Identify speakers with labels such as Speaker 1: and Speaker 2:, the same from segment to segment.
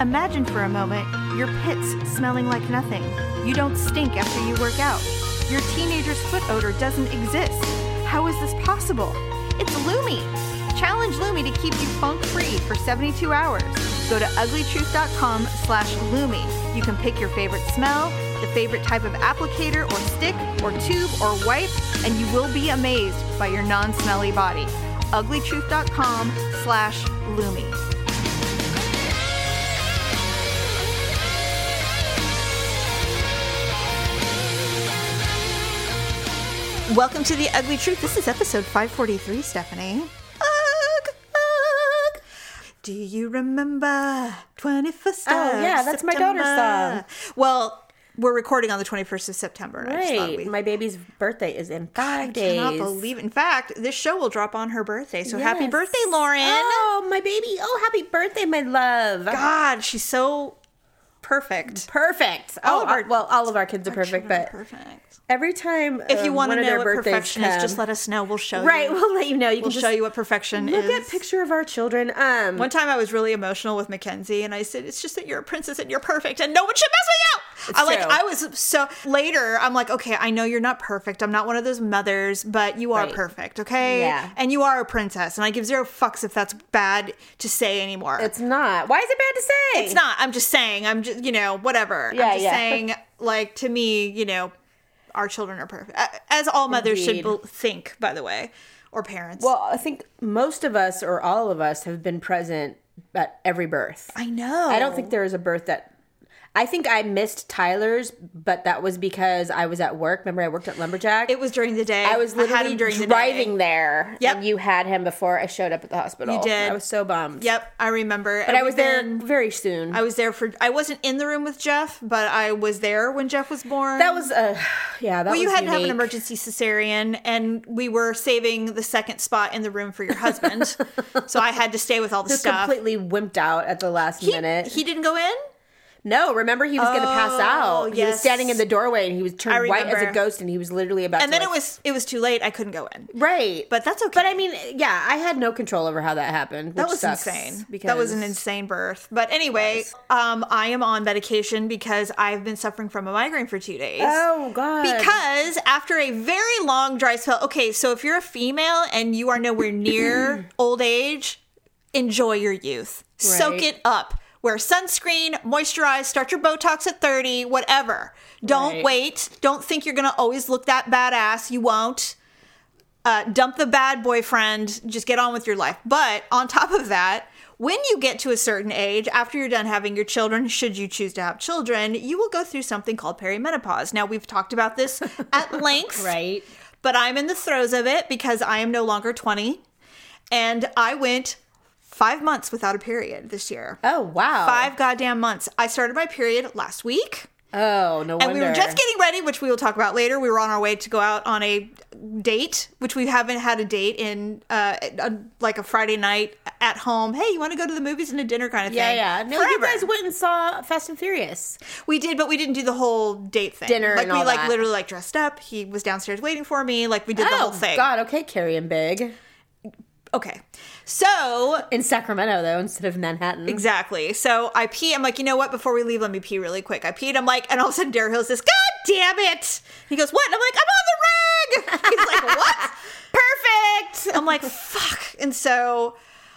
Speaker 1: Imagine for a moment your pits smelling like nothing. You don't stink after you work out. Your teenager's foot odor doesn't exist. How is this possible? It's Lumi! Challenge Lumi to keep you funk free for 72 hours. Go to uglytruth.com slash Lumi. You can pick your favorite smell, the favorite type of applicator or stick or tube or wipe, and you will be amazed by your non-smelly body. uglytruth.com slash Lumi. Welcome to the Ugly Truth. This is episode 543, Stephanie. Ugh, ugh. Do you remember 21st
Speaker 2: Oh, yeah,
Speaker 1: of
Speaker 2: that's my daughter's
Speaker 1: September? Well, we're recording on the 21st of September. I just thought
Speaker 2: Right.
Speaker 1: we-
Speaker 2: My baby's birthday is in
Speaker 1: I
Speaker 2: five days.
Speaker 1: cannot believe it. In fact, this show will drop on her birthday. So happy
Speaker 2: Yes.
Speaker 1: birthday, Lauren.
Speaker 2: Oh, my baby. Oh, happy birthday, my love.
Speaker 1: God, she's so perfect.
Speaker 2: Perfect.
Speaker 1: All
Speaker 2: oh,
Speaker 1: of our-
Speaker 2: uh, well, all of our kids are perfect,
Speaker 1: Children are
Speaker 2: but
Speaker 1: perfect.
Speaker 2: every time
Speaker 1: If you
Speaker 2: um,
Speaker 1: want
Speaker 2: one
Speaker 1: to
Speaker 2: of
Speaker 1: know
Speaker 2: their
Speaker 1: what
Speaker 2: birthdays
Speaker 1: perfection
Speaker 2: come-
Speaker 1: is, just let us know. We'll show
Speaker 2: right.
Speaker 1: you.
Speaker 2: We'll let you know. You
Speaker 1: We'll
Speaker 2: can
Speaker 1: show
Speaker 2: just
Speaker 1: you what perfection
Speaker 2: Look
Speaker 1: is.
Speaker 2: at picture of our children. Um,
Speaker 1: One time I was really emotional with Mackenzie and I said, It's just that you're a princess and you're perfect and no one should mess with you. I like
Speaker 2: true.
Speaker 1: I was so later I'm like, Okay, I know you're not perfect. I'm not one of those mothers, but you are
Speaker 2: Right.
Speaker 1: perfect, okay?
Speaker 2: Yeah.
Speaker 1: And you are a princess. And I give zero fucks if that's bad to say anymore.
Speaker 2: it's not. Why is it bad to say?
Speaker 1: It's not. I'm just saying, I'm just you know, whatever.
Speaker 2: Yeah,
Speaker 1: I'm just
Speaker 2: yeah.
Speaker 1: saying, like, to me, you know, our children are perfect. A- As all mothers should
Speaker 2: Indeed.
Speaker 1: be- think, by the way. Or parents.
Speaker 2: Well, I think most of us or all of us have been present at every birth.
Speaker 1: I know.
Speaker 2: I don't think there is a birth that. I think I missed Tyler's, but that was because I was at work. Remember, I worked at Lumberjack.
Speaker 1: it was during the day.
Speaker 2: I was
Speaker 1: had him
Speaker 2: literally
Speaker 1: the day.
Speaker 2: driving there.
Speaker 1: Yep.
Speaker 2: and you had him before I showed up at the hospital.
Speaker 1: You did.
Speaker 2: I was so bummed.
Speaker 1: Yep, I remember.
Speaker 2: but I was there very soon.
Speaker 1: I was there for. I wasn't in the room with Jeff, but I was there when Jeff was born.
Speaker 2: that was a yeah.
Speaker 1: well,
Speaker 2: That was
Speaker 1: you had to have an
Speaker 2: unique.
Speaker 1: emergency cesarean, and we were saving the second spot in the room for your husband, so I had to stay with all the
Speaker 2: Just
Speaker 1: stuff.
Speaker 2: completely wimped out at the last
Speaker 1: he,
Speaker 2: minute.
Speaker 1: he didn't go in.
Speaker 2: no, remember he was going to pass
Speaker 1: Oh,
Speaker 2: out. He
Speaker 1: yes.
Speaker 2: was standing in the doorway and he was turned white as
Speaker 1: remember.
Speaker 2: a ghost, and he was literally about.
Speaker 1: And
Speaker 2: to
Speaker 1: then it
Speaker 2: like-
Speaker 1: was it was too late. I couldn't go in,
Speaker 2: right,
Speaker 1: but that's okay.
Speaker 2: But I mean, yeah, I had no control over how that happened.
Speaker 1: that
Speaker 2: which
Speaker 1: was
Speaker 2: sucks
Speaker 1: insane.
Speaker 2: Because
Speaker 1: that was an insane birth. But anyway, um, I am on medication because I've been suffering from a migraine for two days.
Speaker 2: Oh god.
Speaker 1: Because after a very long dry spell, okay, so if you're a female and you are nowhere near old age, enjoy your youth. Soak
Speaker 2: Right.
Speaker 1: it up. Wear sunscreen, moisturize, start your Botox at 30, whatever. Don't
Speaker 2: Right.
Speaker 1: wait. Don't think you're going to always look that badass. You won't. Uh, dump the bad boyfriend. Just get on with your life. But on top of that, when you get to a certain age, after you're done having your children, should you choose to have children, you will go through something called perimenopause. Now, we've talked about this at length,
Speaker 2: right.
Speaker 1: but I'm in the throes of it because I am no longer 20. And I went five months without a period this year.
Speaker 2: Oh wow.
Speaker 1: Five goddamn months. I started my period last week.
Speaker 2: Oh no
Speaker 1: And we were just getting ready, which we will talk about later. We were on our way to go out on a date, which we haven't had a date in, uh, a, like a Friday night at home. Hey, you want to go to the movies and a dinner kind of
Speaker 2: Yeah,
Speaker 1: thing?
Speaker 2: yeah. No, you
Speaker 1: Forever.
Speaker 2: guys went and saw Fast and Furious.
Speaker 1: We did, but we didn't do the whole date thing.
Speaker 2: Dinner
Speaker 1: like
Speaker 2: and
Speaker 1: we
Speaker 2: all
Speaker 1: like
Speaker 2: that.
Speaker 1: literally like dressed up. He was downstairs waiting for me. Like we did the whole thing.
Speaker 2: Oh, God, okay, carrying big
Speaker 1: Okay, so
Speaker 2: in Sacramento though instead of Manhattan.
Speaker 1: Exactly. So I pee. I'm like, you know what? Before we leave, let me pee really quick. I peed. I'm like, and all of a sudden, Daryl Hill's this, God damn it. He goes, What? And I'm like, I'm on the rug. He's like, What? Perfect. I'm like, Fuck. And so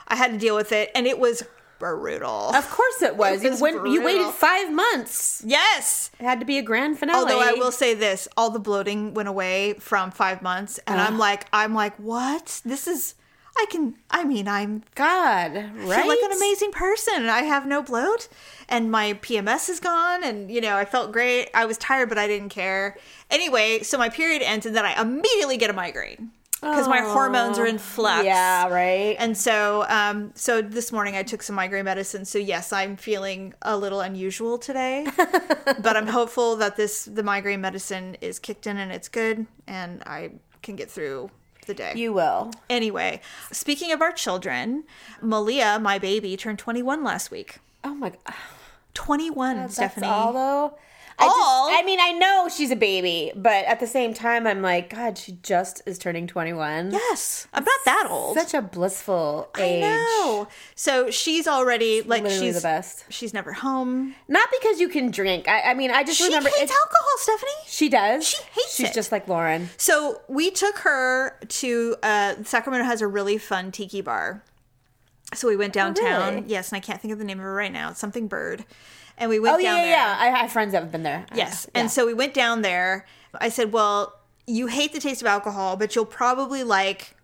Speaker 1: I had to deal with it, and it was brutal.
Speaker 2: Of course it
Speaker 1: was
Speaker 2: was. you went. You
Speaker 1: brutal.
Speaker 2: waited five months.
Speaker 1: Yes.
Speaker 2: It had to be a grand finale.
Speaker 1: Although I will say this, all the bloating went away from five months, and I'm like, I'm like, what? This is, I can, I mean, I'm
Speaker 2: God, right?
Speaker 1: feel like an amazing person and I have no bloat and my PMS is gone and you know I felt great. I was tired but I didn't care. Anyway, so my period ends and then I immediately get a migraine because my hormones are in flux.
Speaker 2: Yeah, right.
Speaker 1: And so um so this morning I took some migraine medicine. So yes, I'm feeling a little unusual today. but I'm hopeful that this the migraine medicine is kicked in and it's good and I can get through the day.
Speaker 2: you will.
Speaker 1: Anyway, speaking of our children, Malia, my baby, turned 21 last week.
Speaker 2: Oh my God.
Speaker 1: 21,
Speaker 2: That's
Speaker 1: Stephanie.
Speaker 2: all though. I just-
Speaker 1: all.
Speaker 2: I mean, I know she's a baby, but at the same time, I'm like, God, she just is turning 21.
Speaker 1: yes, I'm not that old.
Speaker 2: Such a blissful
Speaker 1: I
Speaker 2: age.
Speaker 1: know. So she's already like
Speaker 2: Literally
Speaker 1: she's
Speaker 2: the best.
Speaker 1: She's never home.
Speaker 2: Not because you can drink. I, I mean, I just
Speaker 1: She
Speaker 2: remember
Speaker 1: hates
Speaker 2: it's-
Speaker 1: alcohol, Stephanie.
Speaker 2: She does.
Speaker 1: She hates
Speaker 2: She's
Speaker 1: it.
Speaker 2: just like Lauren.
Speaker 1: So we took her to uh, Sacramento has a really fun tiki bar. So we went downtown.
Speaker 2: Oh, really?
Speaker 1: Yes, and I can't think of the name of it right now. It's something bird. And we went
Speaker 2: Oh
Speaker 1: down
Speaker 2: yeah,
Speaker 1: there.
Speaker 2: yeah, yeah. I have friends that have been there.
Speaker 1: Yes.
Speaker 2: Yeah.
Speaker 1: And so we went down there. I said, Well, you hate the taste of alcohol, but you'll probably like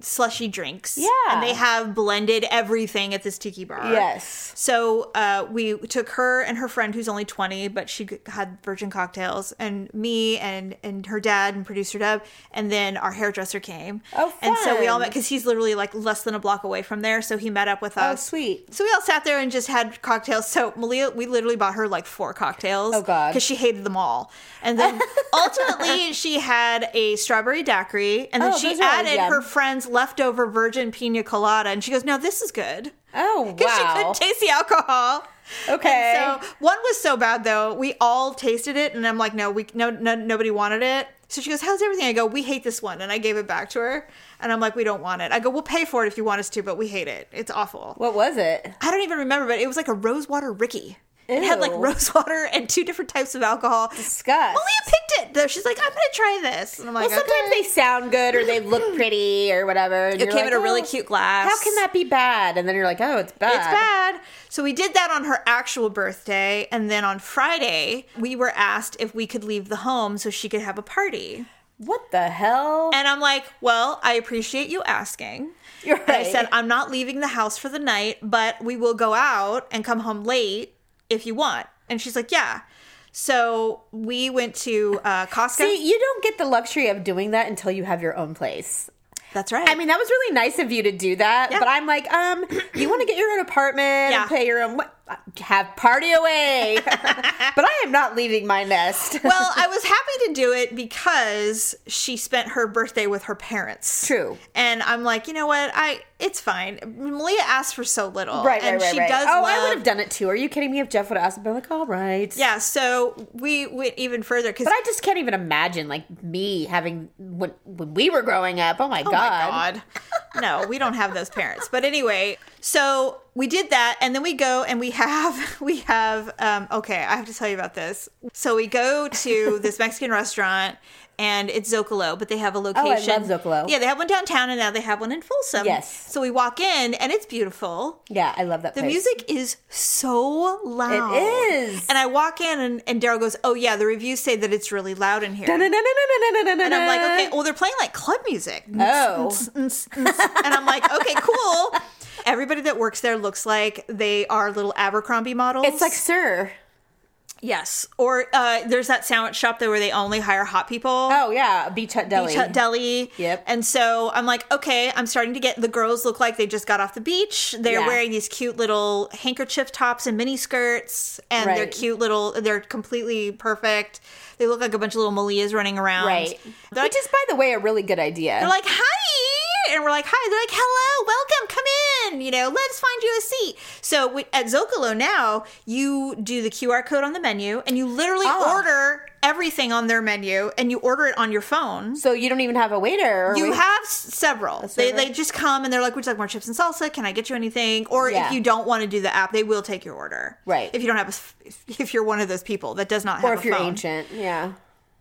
Speaker 1: slushy drinks.
Speaker 2: Yeah.
Speaker 1: And they have blended everything at this tiki bar.
Speaker 2: Yes.
Speaker 1: So uh, we took her and her friend, who's only 20, but she g- had virgin cocktails, and me and and her dad and producer Deb, and then our hairdresser came.
Speaker 2: Oh,
Speaker 1: And so we all
Speaker 2: fun.
Speaker 1: met because he's literally like less than a block away from there. So he met up with
Speaker 2: Oh
Speaker 1: us.
Speaker 2: sweet.
Speaker 1: So we all sat there and just had cocktails. So Malia, we literally bought her like four cocktails.
Speaker 2: Oh, God.
Speaker 1: because she hated them all. And then ultimately, she had a strawberry daiquiri, and then
Speaker 2: Oh,
Speaker 1: she
Speaker 2: those are always
Speaker 1: added
Speaker 2: yum.
Speaker 1: her friend's leftover virgin pina colada, and she goes, "No, this is good."
Speaker 2: Oh
Speaker 1: Because she
Speaker 2: wow.
Speaker 1: couldn't taste the alcohol.
Speaker 2: okay.
Speaker 1: So one was so bad though. We all tasted it, and I'm like, no, we no, no nobody wanted it. So she goes, "How's everything?" I go, "We hate this one," and I gave it back to her. And I'm like, "We don't want it." I go, "We'll pay for it if you want us to, but we hate it. It's awful."
Speaker 2: what was it?
Speaker 1: I don't even remember, but it was like a rosewater Ricky. It had like
Speaker 2: Ew.
Speaker 1: rosewater and two different types of alcohol.
Speaker 2: Disgust.
Speaker 1: Malia picked it though. She's like, "I'm gonna try this," and I'm like,
Speaker 2: well, sometimes
Speaker 1: okay.
Speaker 2: they sound good or they look pretty or whatever. and
Speaker 1: It
Speaker 2: you're
Speaker 1: came
Speaker 2: like,
Speaker 1: in a really
Speaker 2: oh,
Speaker 1: cute glass.
Speaker 2: How can that be bad? And then you're like, oh, it's bad.
Speaker 1: It's bad. So we did that on her actual birthday. And then on Friday, we were asked if we could leave the home so she could have a party.
Speaker 2: What the hell?
Speaker 1: And I'm like, well, I appreciate you asking.
Speaker 2: You're
Speaker 1: And I said, I'm not leaving the house for the night, but we will go out and come home late if you want. And she's like, yeah. So we went to uh, Costco.
Speaker 2: See, you don't get the luxury of doing that until you have your own place.
Speaker 1: That's right.
Speaker 2: I mean, that was really nice of you to do that. But I'm like, um, you want to get your own apartment
Speaker 1: Yeah.
Speaker 2: and pay your own, wh- have party away. but I am not leaving my nest.
Speaker 1: well, I was happy to do it because she spent her birthday with her parents.
Speaker 2: True.
Speaker 1: And I'm like, you know what? I it's fine. Malia asked for so little,
Speaker 2: Right,
Speaker 1: And
Speaker 2: right, right,
Speaker 1: she
Speaker 2: right.
Speaker 1: does.
Speaker 2: oh,
Speaker 1: love,
Speaker 2: I would have done it too. Are you kidding me? If Jeff would have asked, I'd been like, all right.
Speaker 1: Yeah. So we went even further because
Speaker 2: But I just can't even imagine like me having when when we were growing up. Oh my
Speaker 1: oh
Speaker 2: god.
Speaker 1: my god, no, we don't have those parents. But anyway, so we did that, and then we go and we have we have. Um, okay, I have to tell you about this. So we go to this Mexican restaurant. And it's Zocalo, but they have a
Speaker 2: Oh, I love
Speaker 1: location.
Speaker 2: Zocalo.
Speaker 1: Yeah, they have one downtown, and now they have one in Folsom.
Speaker 2: Yes.
Speaker 1: So we walk in, and it's beautiful.
Speaker 2: Yeah, I love that.
Speaker 1: The
Speaker 2: place.
Speaker 1: music is so loud.
Speaker 2: is.
Speaker 1: And I walk in and, and Daryl goes, Oh yeah, the reviews say that it's really loud in here. And
Speaker 2: And
Speaker 1: I'm like, okay, well, they're playing like club music.
Speaker 2: Oh.
Speaker 1: and I'm like, okay, cool. Everybody that works there looks like they are little Abercrombie models.
Speaker 2: It's like, sir.
Speaker 1: yes. Or uh, there's that sandwich shop there where they only hire hot people.
Speaker 2: Oh yeah, Beach Hut Deli.
Speaker 1: Beach Hut Deli.
Speaker 2: Yep.
Speaker 1: And so I'm like, okay, I'm starting to get the girls look like they just got off the beach. They're
Speaker 2: Yeah.
Speaker 1: wearing these cute little handkerchief tops and mini skirts, and they're
Speaker 2: Right.
Speaker 1: cute little. They're completely perfect. They look like a bunch of little Malias running around.
Speaker 2: Right.
Speaker 1: They're like,
Speaker 2: Which is, by the way, a really good
Speaker 1: they're
Speaker 2: idea.
Speaker 1: like, hi. And we're like, hi. They're like, hello, welcome, come in. You know, let's find you a seat. So we, at Zocalo now, you do the QR code on the menu and you literally
Speaker 2: Ah.
Speaker 1: order everything on their menu and you order it on your phone.
Speaker 2: So you don't even have a waiter. or
Speaker 1: You
Speaker 2: wait-
Speaker 1: have s- several. They,
Speaker 2: several?
Speaker 1: they just come and they're like, "Would you like more chips and salsa? Can I get you anything?" Or
Speaker 2: Yeah.
Speaker 1: if you don't want to do the app, they will take your order.
Speaker 2: Right.
Speaker 1: If you don't have a, s- if- if you're one of those people that does not have
Speaker 2: or
Speaker 1: a
Speaker 2: if you're
Speaker 1: phone.
Speaker 2: ancient. Yeah.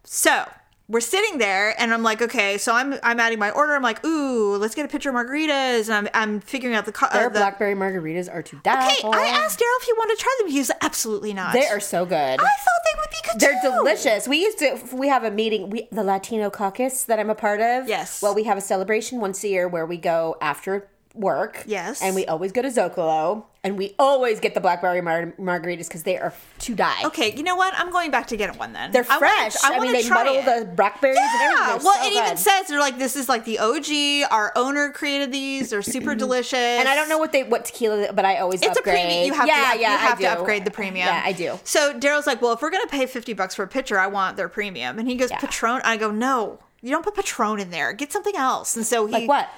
Speaker 1: So we're sitting there, and I'm like, "Okay." So I'm I'm adding my order. I'm like, "Ooh, let's get a picture of margaritas." And I'm I'm figuring out the. Co- uh,
Speaker 2: Their
Speaker 1: the-
Speaker 2: blackberry margaritas are to die
Speaker 1: Hey,
Speaker 2: for.
Speaker 1: I asked Daryl if he wanted to try them. He was like, "Absolutely not."
Speaker 2: They are so good.
Speaker 1: I thought they would be good.
Speaker 2: They're
Speaker 1: too.
Speaker 2: delicious. We used to. We have a meeting. We the Latino caucus that I'm a part of.
Speaker 1: Yes.
Speaker 2: Well, we have a celebration once a year where we go after work.
Speaker 1: Yes.
Speaker 2: And we always go to Zocalo, and we always get the blackberry mar- margaritas because they are to die.
Speaker 1: Okay, you know what? I'm going back to get one then.
Speaker 2: They're
Speaker 1: I wanna-
Speaker 2: fresh. I,
Speaker 1: I, want
Speaker 2: mean,
Speaker 1: to
Speaker 2: they
Speaker 1: try
Speaker 2: muddle
Speaker 1: it.
Speaker 2: the blackberries and everything.
Speaker 1: Yeah.
Speaker 2: They're
Speaker 1: Well,
Speaker 2: so
Speaker 1: it even
Speaker 2: good.
Speaker 1: says they're like, this is like the OG. Our owner created these. They're super delicious.
Speaker 2: And I don't know what they what tequila, but I always
Speaker 1: It's
Speaker 2: upgrade.
Speaker 1: a premium. You have
Speaker 2: yeah,
Speaker 1: to, up-
Speaker 2: yeah,
Speaker 1: you
Speaker 2: I
Speaker 1: have
Speaker 2: do.
Speaker 1: to upgrade the premium.
Speaker 2: Yeah, I do.
Speaker 1: So Daryl's like, well, if we're gonna pay fifty bucks for a pitcher, I want their premium. And he goes, Patron. I go, no, you don't put Patron in there. Get something else. And so he
Speaker 2: Like what?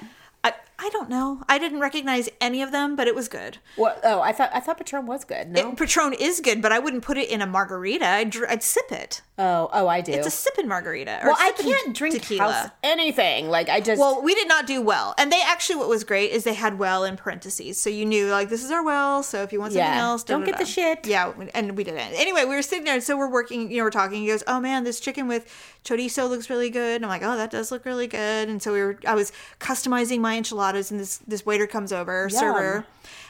Speaker 1: I, I I don't know. I didn't recognize any of them, but it was good.
Speaker 2: What? Oh, I thought I thought Patron was good. No.
Speaker 1: It, Patron is good, but I wouldn't put it in a margarita. I'd, dr- I'd sip it.
Speaker 2: oh, oh, I do.
Speaker 1: It's a sipping margarita. Or
Speaker 2: well, I
Speaker 1: sipping
Speaker 2: can't drink
Speaker 1: tequila.
Speaker 2: house anything. Like I just
Speaker 1: Well, we did not do well. And they actually, what was great is they had well in parentheses. So you knew, like, this is our well. So if you want something
Speaker 2: Yeah.
Speaker 1: else,
Speaker 2: Don't get the
Speaker 1: da-da-da.
Speaker 2: shit.
Speaker 1: Yeah. And we didn't. Anyway, we were sitting there. And so we're working, you know, we're talking. He goes, Oh man, this chicken with chorizo looks really good. And I'm like, Oh, that does look really good. And so we were, I was customizing my enchiladas. And this, this waiter comes over, server.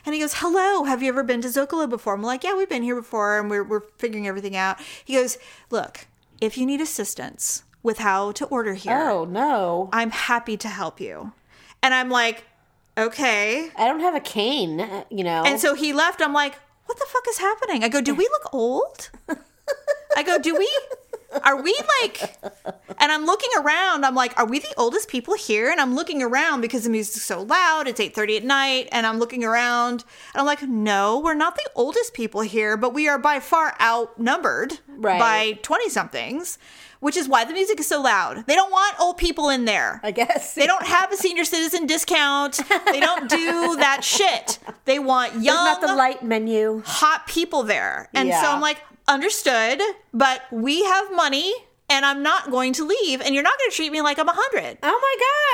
Speaker 1: And he goes, Hello, have you ever been to Zocalo before? I'm like, Yeah, we've been here before. And we're, we're figuring everything out. He goes, Look, if you need assistance with how to order here.
Speaker 2: oh no,
Speaker 1: I'm happy to help you. And I'm like, okay.
Speaker 2: I don't have a cane. You know.
Speaker 1: And so he left. I'm like, what the fuck is happening? I go, do we look old? I go, do we? Are we like, and I'm looking around. I'm like, are we the oldest people here? And I'm looking around because the music's so loud. It's 8.30 at night. And I'm looking around and I'm like, no, we're not the oldest people here, but we are by far outnumbered
Speaker 2: Right.
Speaker 1: by 20 somethings, which is why the music is so loud. They don't want old people in there.
Speaker 2: I guess
Speaker 1: They don't have a senior citizen discount. They don't do that shit. They want young,
Speaker 2: not the light menu.
Speaker 1: hot people there. And so
Speaker 2: Yeah.
Speaker 1: I'm like, understood, but we have money and I'm not going to leave and you're not going to treat me like I'm a 100.
Speaker 2: Oh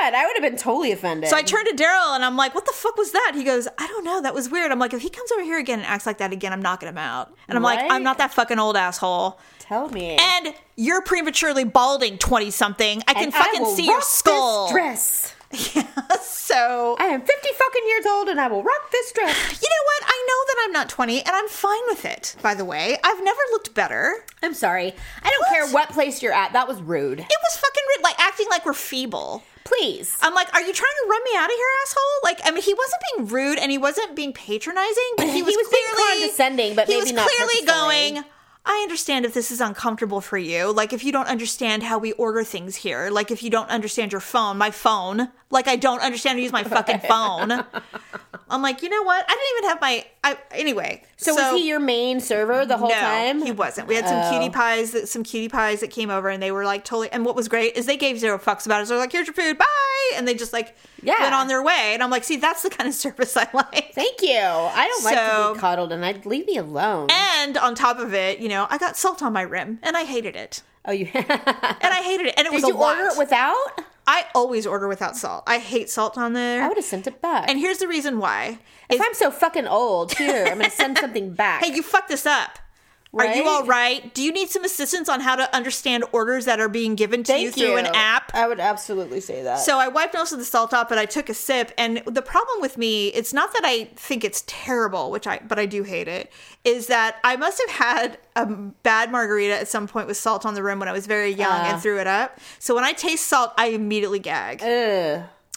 Speaker 2: my god, I would have been totally offended.
Speaker 1: So I turned to Daryl and I'm like, what the fuck was that? He goes, I don't know. That was weird. I'm like, if he comes over here again and acts like that again, I'm knocking him out. And I'm like,
Speaker 2: Right?
Speaker 1: I'm not that fucking old asshole.
Speaker 2: Tell me.
Speaker 1: And you're prematurely balding 20 something. I can
Speaker 2: And I
Speaker 1: fucking
Speaker 2: will
Speaker 1: see
Speaker 2: rock
Speaker 1: your
Speaker 2: this
Speaker 1: skull.
Speaker 2: dress.
Speaker 1: So
Speaker 2: I am fifty fucking years old, and I will rock this dress.
Speaker 1: You know what? I know that I'm not 20 and I'm fine with it, by the way. I've never looked better.
Speaker 2: I'm sorry. I don't care what place you're at. That was rude.
Speaker 1: It was fucking rude, like acting like we're feeble.
Speaker 2: Please.
Speaker 1: I'm like, are you trying to run me out of here, asshole? Like, I mean, he wasn't being rude and he wasn't being patronizing, but he was,
Speaker 2: was being
Speaker 1: clearly
Speaker 2: condescending, but
Speaker 1: he
Speaker 2: maybe
Speaker 1: was
Speaker 2: not
Speaker 1: clearly
Speaker 2: purposefully.
Speaker 1: going. I understand if this is uncomfortable for you. Like, if you don't understand how we order things here, like if you don't understand your phone, my phone. Like, I don't understand how to use my fucking phone. I'm like, you know what? I didn't even have my. I, anyway,
Speaker 2: So, was he your main server the whole
Speaker 1: no,
Speaker 2: time?
Speaker 1: he wasn't. We had some
Speaker 2: Oh.
Speaker 1: cutie pies that some cutie pies that came over, and they were like totally. And what was great is they gave zero fucks about it. So they're like, "Here's your food, bye," and they just like
Speaker 2: Yeah.
Speaker 1: went on their way. And I'm like, "See, that's the kind of service I like."
Speaker 2: Thank you. I don't like to
Speaker 1: So-
Speaker 2: be coddled, and I'd leave me alone.
Speaker 1: And on top of it, you know, I got salt on my rim, and I hated it.
Speaker 2: oh, you.
Speaker 1: And I hated it. And it was
Speaker 2: Did you
Speaker 1: a lot.
Speaker 2: order it without?
Speaker 1: I always order without salt. I hate salt on there.
Speaker 2: I would have sent it back.
Speaker 1: and here's the reason why:
Speaker 2: if I'm so fucking old, here I'm gonna send something back.
Speaker 1: Hey, you fucked this up. Are
Speaker 2: Right?
Speaker 1: you all right? Do you need some assistance on how to understand orders that are being given to you through an app?
Speaker 2: I would absolutely say that.
Speaker 1: So I wiped most of the salt off, but I took a sip. And the problem with me, it's not that I think it's terrible, which I, but I do hate it, is that I must have had a bad margarita at some point with salt on the rim when I was very young
Speaker 2: Uh.
Speaker 1: and threw it up. So when I taste salt, I immediately gag.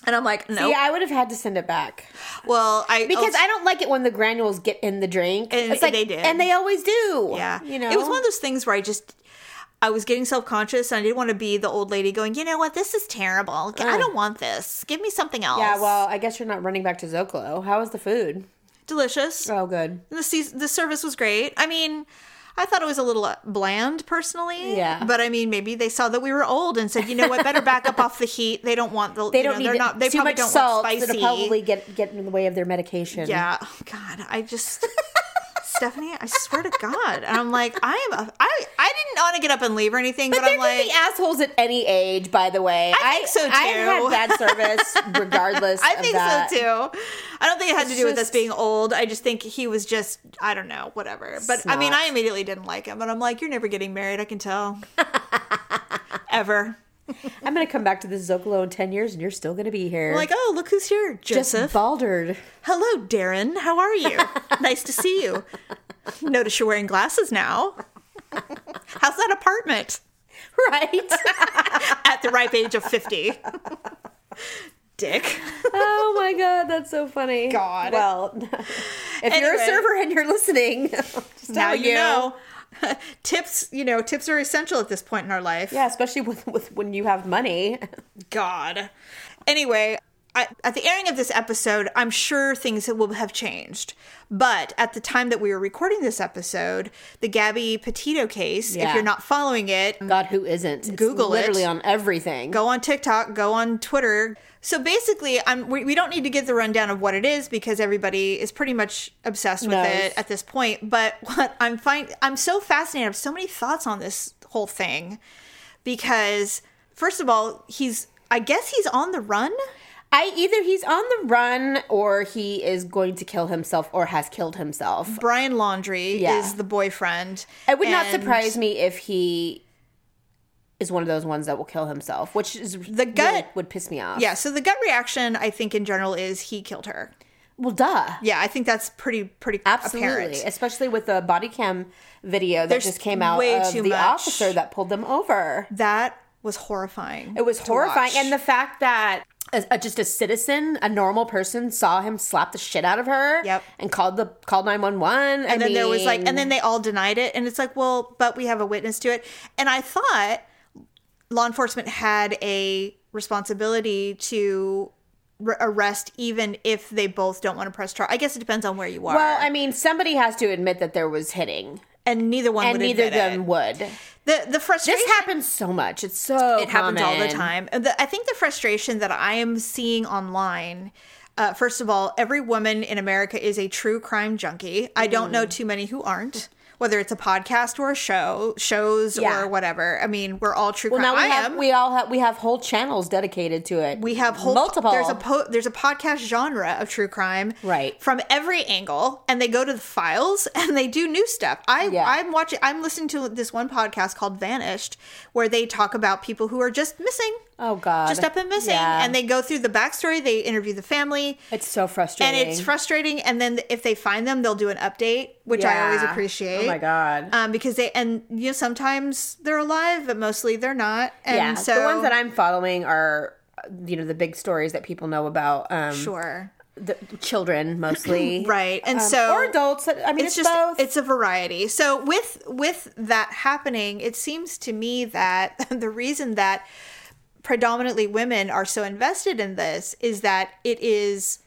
Speaker 1: And I'm like, no.
Speaker 2: yeah, Uh, I would have had to send it back
Speaker 1: Oh, well, I
Speaker 2: because I don't like it when the granules get in the drink.
Speaker 1: And
Speaker 2: it's like,
Speaker 1: they did.
Speaker 2: and they always do.
Speaker 1: Yeah.
Speaker 2: you know,
Speaker 1: It was one of those things where I just I was getting self conscious and I didn't want to be the old lady going, you know what, this is terrible. I don't want this. Give me something else.
Speaker 2: Uh. Yeah, well, I guess you're not running back to Zocalo. How was the food?
Speaker 1: delicious.
Speaker 2: Oh, good.
Speaker 1: The seas- the service was great. I mean, I thought it was a little uh, bland personally.
Speaker 2: Yeah.
Speaker 1: But I mean, maybe they saw that we were old and said, you know what, better back up off the heat. They don't want the
Speaker 2: They
Speaker 1: you
Speaker 2: don't
Speaker 1: know,
Speaker 2: need
Speaker 1: they're not they
Speaker 2: too
Speaker 1: probably
Speaker 2: much
Speaker 1: don't
Speaker 2: salt.
Speaker 1: want
Speaker 2: It'll
Speaker 1: spicy.
Speaker 2: probably get get in the way of their medication.
Speaker 1: Yeah. Oh, God, I just Stephanie, I swear to God, and I'm like, I am. A, I I didn't want to get up and leave or anything, but,
Speaker 2: But there
Speaker 1: I'm like,
Speaker 2: can be assholes at any age, by the way.
Speaker 1: I think so,
Speaker 2: I
Speaker 1: too.
Speaker 2: had bad service regardless.
Speaker 1: I
Speaker 2: of
Speaker 1: think
Speaker 2: that.
Speaker 1: so too. I don't think it had to do with us
Speaker 2: just-
Speaker 1: being old. I just think he was just I don't know, whatever. But I mean,
Speaker 2: Snot.
Speaker 1: I immediately didn't like him, and I'm like, you're never getting married. I can tell. Ever.
Speaker 2: I'm gonna come back to this Zocalo in ten years, and you're still gonna be here.
Speaker 1: I'm like, oh, look who's here,
Speaker 2: just
Speaker 1: Joseph.
Speaker 2: baldered.
Speaker 1: Hello, Darren. How are you? nice to see you. Notice you're wearing glasses now. How's that apartment
Speaker 2: Right.
Speaker 1: at the ripe age of fifty? Dick.
Speaker 2: oh my god, that's so funny.
Speaker 1: God.
Speaker 2: Well, if you're a
Speaker 1: Anyway.
Speaker 2: server and you're listening, just
Speaker 1: Now
Speaker 2: telling
Speaker 1: you know. tips, you know, tips are essential at this point in our life.
Speaker 2: Yeah, especially with, with when you have money.
Speaker 1: God. Anyway, I, at the airing of this episode, I'm sure things will have changed. But at the time that we were recording this episode, the Gabby Petito case, if
Speaker 2: Yeah.
Speaker 1: you're not following it,
Speaker 2: God, who isn't? It's
Speaker 1: Google it.
Speaker 2: literally on everything.
Speaker 1: go on TikTok, go on Twitter. So basically, I'm, we, we don't need to give the rundown of what it is because everybody is pretty much obsessed with
Speaker 2: Knows.
Speaker 1: it at this point. But what I'm find I'm so fascinated. I have so many thoughts on this whole thing because first of all, he's I guess he's on the run.
Speaker 2: I either he's on the run or he is going to kill himself or has killed himself.
Speaker 1: Brian Laundry
Speaker 2: Yeah.
Speaker 1: is the boyfriend.
Speaker 2: It would not
Speaker 1: and
Speaker 2: surprise me if he is one of those ones that will kill himself, which is the
Speaker 1: gut-
Speaker 2: would piss me off.
Speaker 1: Yeah, so the gut reaction I think in general is he killed her.
Speaker 2: Well, duh.
Speaker 1: Yeah, I think that's pretty pretty
Speaker 2: Absolutely,
Speaker 1: apparent.
Speaker 2: especially with the body cam video that
Speaker 1: There's
Speaker 2: just came out
Speaker 1: way
Speaker 2: of
Speaker 1: too
Speaker 2: the
Speaker 1: much.
Speaker 2: officer that pulled them over.
Speaker 1: That was horrifying.
Speaker 2: It was
Speaker 1: to
Speaker 2: horrifying,
Speaker 1: watch.
Speaker 2: and the fact that a, a- just a citizen, a normal person, saw him slap the shit out of her.
Speaker 1: Yep.
Speaker 2: and called the called nine one one.
Speaker 1: and then there was like and then they all denied it and it's like well but we have a witness to it and i thought law enforcement had a responsibility to r arrest even if they both don't want to press charge i guess it depends on where you are
Speaker 2: well, I mean, somebody has to admit that there was hitting,
Speaker 1: and neither one
Speaker 2: and
Speaker 1: would
Speaker 2: neither of
Speaker 1: admit
Speaker 2: them
Speaker 1: it.
Speaker 2: would.
Speaker 1: the the frustration
Speaker 2: This happens so much. It's so
Speaker 1: it happens all the
Speaker 2: common.
Speaker 1: time. And the- I think the frustration that I am seeing online. Uh, first of all, every woman in America is a true crime junkie. I don't
Speaker 2: Mm-hmm.
Speaker 1: know too many who aren't. Whether it's a podcast or a show, shows
Speaker 2: Yeah.
Speaker 1: or whatever. I mean, we're all true
Speaker 2: Well,
Speaker 1: crime.
Speaker 2: now we
Speaker 1: I
Speaker 2: have
Speaker 1: am.
Speaker 2: we all have we have whole channels dedicated to it.
Speaker 1: We have whole
Speaker 2: multiple.
Speaker 1: There's a po- there's a podcast genre of true crime,
Speaker 2: Right.
Speaker 1: From every angle, and they go to the files and they do new stuff. I
Speaker 2: Yeah.
Speaker 1: I'm watching. I'm listening to this one podcast called Vanished, where they talk about people who are just missing.
Speaker 2: oh god,
Speaker 1: just up and missing.
Speaker 2: Yeah.
Speaker 1: And they go through the backstory, they interview the family,
Speaker 2: it's so
Speaker 1: and
Speaker 2: frustrating.
Speaker 1: it's frustrating. And then if they find them, they'll do an update, which I always
Speaker 2: Yeah.
Speaker 1: appreciate.
Speaker 2: Oh my god.
Speaker 1: Um, because they and you know sometimes they're alive, but mostly they're not. And
Speaker 2: yeah,
Speaker 1: so
Speaker 2: the ones that I'm following are uh, you know the big stories that people know about um
Speaker 1: sure,
Speaker 2: the children mostly.
Speaker 1: right, and
Speaker 2: Um,
Speaker 1: so
Speaker 2: or adults. I
Speaker 1: it's
Speaker 2: mean, it's,
Speaker 1: just
Speaker 2: both.
Speaker 1: it's a variety so with with that happening it seems to me that the reason that predominantly women are so invested in this is that it is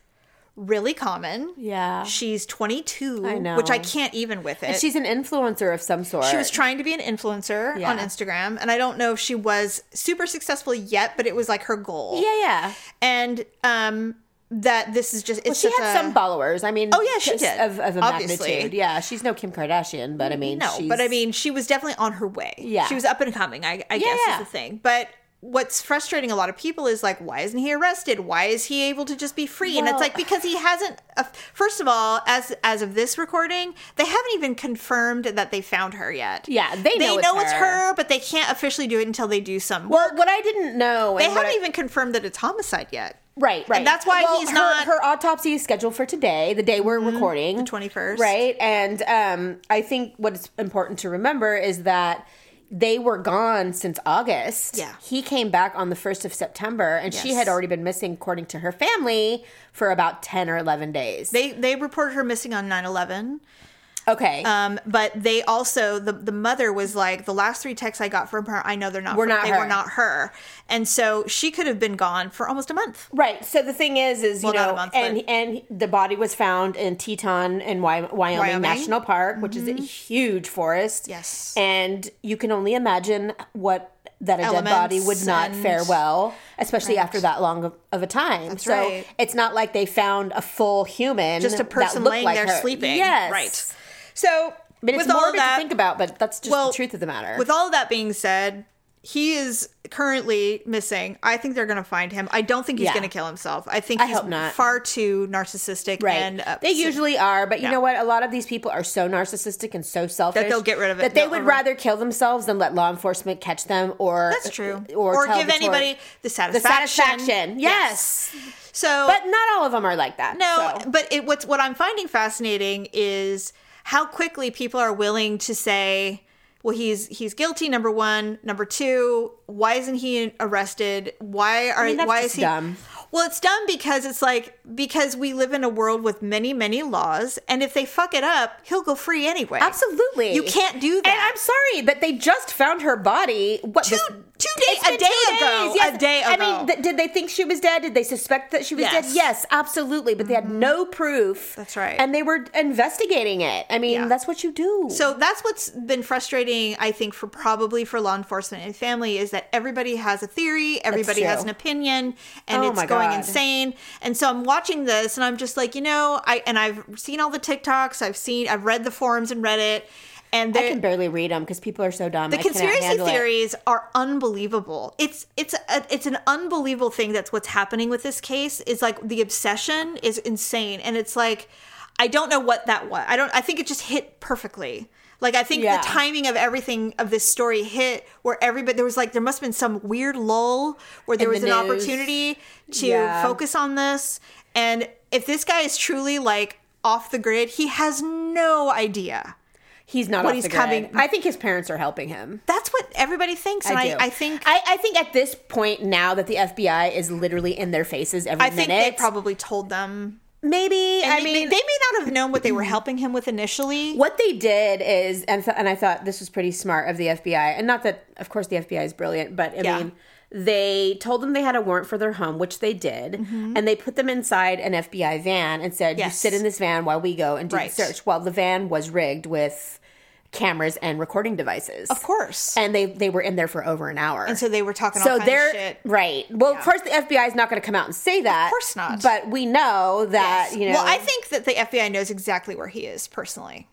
Speaker 1: really common
Speaker 2: Yeah.
Speaker 1: she's 22
Speaker 2: I know.
Speaker 1: which i can't even with it
Speaker 2: She's an influencer of some sort.
Speaker 1: she was trying to be an influencer
Speaker 2: Yeah.
Speaker 1: on instagram and i don't know if she was super successful yet but it was like her goal
Speaker 2: yeah, yeah.
Speaker 1: and um that this is just it's
Speaker 2: She
Speaker 1: such
Speaker 2: had
Speaker 1: a-
Speaker 2: some followers. I mean,
Speaker 1: Oh, yeah, she
Speaker 2: just
Speaker 1: did.
Speaker 2: Of, of a
Speaker 1: Obviously.
Speaker 2: magnitude. Yeah, she's no Kim Kardashian, but I mean,
Speaker 1: No,
Speaker 2: she's-
Speaker 1: but I mean, she was definitely on her way.
Speaker 2: Yeah.
Speaker 1: She was up and coming, I, I guess
Speaker 2: yeah.
Speaker 1: is the thing. But what's frustrating a lot of people is like, why isn't he arrested? Why is he able to just be free? and it's
Speaker 2: Well-
Speaker 1: like, because he hasn't, uh, first of all, as as of this recording, they haven't even confirmed that they found her yet.
Speaker 2: Yeah, they know
Speaker 1: They
Speaker 2: it's
Speaker 1: know it's
Speaker 2: her.
Speaker 1: her, but they can't officially do it until they do some.
Speaker 2: Well, what I didn't know.
Speaker 1: they
Speaker 2: and what
Speaker 1: haven't
Speaker 2: I-
Speaker 1: even confirmed that it's homicide yet.
Speaker 2: Right, right.
Speaker 1: that's why he's
Speaker 2: her,
Speaker 1: not- Mm-hmm.
Speaker 2: Her autopsy is scheduled for today, the day we're recording, the
Speaker 1: 21st.
Speaker 2: Right, and um, I think what's important to remember is that they were gone since August.
Speaker 1: Yeah.
Speaker 2: he came back on the first of September, and she
Speaker 1: Yes.
Speaker 2: had already been missing, according to her family, for about ten or eleven days.
Speaker 1: They, they reported her missing on 9 11.
Speaker 2: okay,
Speaker 1: Um, but they also the the mother was like the last three texts I got from her. I know they're not.
Speaker 2: Were not
Speaker 1: they were
Speaker 2: her."
Speaker 1: not her, and so she could have been gone for almost a month.
Speaker 2: right. So the thing is, is you
Speaker 1: Well, not
Speaker 2: know,
Speaker 1: a month,
Speaker 2: and and the body was found in Teton and Wy- Wyoming,
Speaker 1: Wyoming. Mm-hmm.
Speaker 2: National Park, which is a huge forest.
Speaker 1: Yes.
Speaker 2: and you can only imagine what that a dead
Speaker 1: Elements
Speaker 2: body would not
Speaker 1: and-
Speaker 2: fare well, especially after that long of, of a time. so
Speaker 1: right.
Speaker 2: it's not like they found a full human,
Speaker 1: Just a
Speaker 2: that
Speaker 1: person
Speaker 2: looked
Speaker 1: laying
Speaker 2: like
Speaker 1: there
Speaker 2: her.
Speaker 1: sleeping.
Speaker 2: Yes,
Speaker 1: Right. So
Speaker 2: But it's
Speaker 1: with all
Speaker 2: morbid
Speaker 1: that,
Speaker 2: to think about, but that's just
Speaker 1: Well,
Speaker 2: the truth of the matter.
Speaker 1: With all of that being said, he is currently missing. I think they're going to find him. I don't think he's
Speaker 2: Yeah.
Speaker 1: going to kill himself. I think
Speaker 2: I
Speaker 1: he's
Speaker 2: hope not.
Speaker 1: far too narcissistic
Speaker 2: Right.
Speaker 1: and uh,
Speaker 2: they usually are, but you
Speaker 1: Yeah.
Speaker 2: know what? A lot of these people are so narcissistic and so selfish
Speaker 1: they'll get rid of it. uh-huh.
Speaker 2: That they
Speaker 1: They'll
Speaker 2: would
Speaker 1: over-
Speaker 2: rather kill themselves than let law enforcement catch them, or uh,
Speaker 1: That's true.
Speaker 2: or,
Speaker 1: Or,
Speaker 2: tell
Speaker 1: give
Speaker 2: the tor-
Speaker 1: anybody the
Speaker 2: the
Speaker 1: satisfaction.
Speaker 2: satisfaction. Yes.
Speaker 1: So
Speaker 2: but not all of them are like that.
Speaker 1: No,
Speaker 2: so.
Speaker 1: but it, what's what I'm finding fascinating is how quickly people are willing to say, "Well, he's he's guilty." Number one, number two, why isn't he arrested? Why are
Speaker 2: mean, that's
Speaker 1: why
Speaker 2: just
Speaker 1: is he?
Speaker 2: dumb.
Speaker 1: Well, it's dumb because it's like because we live in a world with many many laws, and if they fuck it up, he'll go free anyway.
Speaker 2: Absolutely.
Speaker 1: you can't do that.
Speaker 2: And I'm sorry, but they just found her body. What
Speaker 1: Two-
Speaker 2: this-
Speaker 1: two two days, a day
Speaker 2: two
Speaker 1: ago,
Speaker 2: days, yes.
Speaker 1: a day ago.
Speaker 2: I mean, th- did they think she was dead? Did they suspect that she was
Speaker 1: Yes. Mm-hmm.
Speaker 2: dead? Yes, absolutely. But they had no proof.
Speaker 1: That's right.
Speaker 2: And they were investigating it. I mean,
Speaker 1: Yeah.
Speaker 2: that's what you do.
Speaker 1: So that's what's been frustrating, I think, for probably for law enforcement and family is that everybody has a theory, everybody
Speaker 2: true.
Speaker 1: has an opinion, and
Speaker 2: Oh
Speaker 1: it's
Speaker 2: my
Speaker 1: going
Speaker 2: God.
Speaker 1: insane. And so I'm watching this, and I'm just like, you know, I and I've seen all the TikToks, I've seen, I've read the forums and Reddit, and
Speaker 2: I can
Speaker 1: there.
Speaker 2: barely read them because people are so dumb.
Speaker 1: The
Speaker 2: I cannot
Speaker 1: conspiracy
Speaker 2: handle it.
Speaker 1: theories are unbelievable. It's it's a, it's an unbelievable thing that's what's happening with this case. Is like the obsession is insane, and it's like I don't know what that was. I don't. I think it just hit perfectly. Like I think
Speaker 2: Yeah.
Speaker 1: the timing of everything of this story hit where everybody there was like there must have been some weird lull where there
Speaker 2: the
Speaker 1: was an
Speaker 2: news.
Speaker 1: opportunity to
Speaker 2: Yeah.
Speaker 1: focus on this. And if this guy is truly like off the grid, he has no idea.
Speaker 2: He's not.
Speaker 1: What
Speaker 2: off
Speaker 1: he's
Speaker 2: the grid.
Speaker 1: coming-
Speaker 2: I think his parents are helping him.
Speaker 1: That's what everybody thinks, and I,
Speaker 2: do.
Speaker 1: I think
Speaker 2: I, I think at this point now that the FBI is literally in their faces every
Speaker 1: I think
Speaker 2: minute,
Speaker 1: they probably told them.
Speaker 2: maybe. I
Speaker 1: I mean,
Speaker 2: mean,
Speaker 1: they, may not have known what they were helping him with initially.
Speaker 2: what they did is, and th- and I thought this was pretty smart of the FBI, and not that, of course, the FBI is brilliant, but I
Speaker 1: Yeah.
Speaker 2: mean, they told them they had a warrant for their home, which they did, and they put them inside an FBI van and said,
Speaker 1: Mm-hmm. Yes.
Speaker 2: "You sit in this van while we go and do
Speaker 1: Right.
Speaker 2: the search." Well, the van was rigged with cameras and recording devices,
Speaker 1: Of course.
Speaker 2: and they they were in there for over an hour,
Speaker 1: And so they were talking all
Speaker 2: so
Speaker 1: kinds
Speaker 2: they're
Speaker 1: of shit.
Speaker 2: right. Well, of course, the FBI is not going to come out and say that. Of
Speaker 1: course not.
Speaker 2: But we know that you know.
Speaker 1: Well, I think that the FBI knows exactly where he is personally.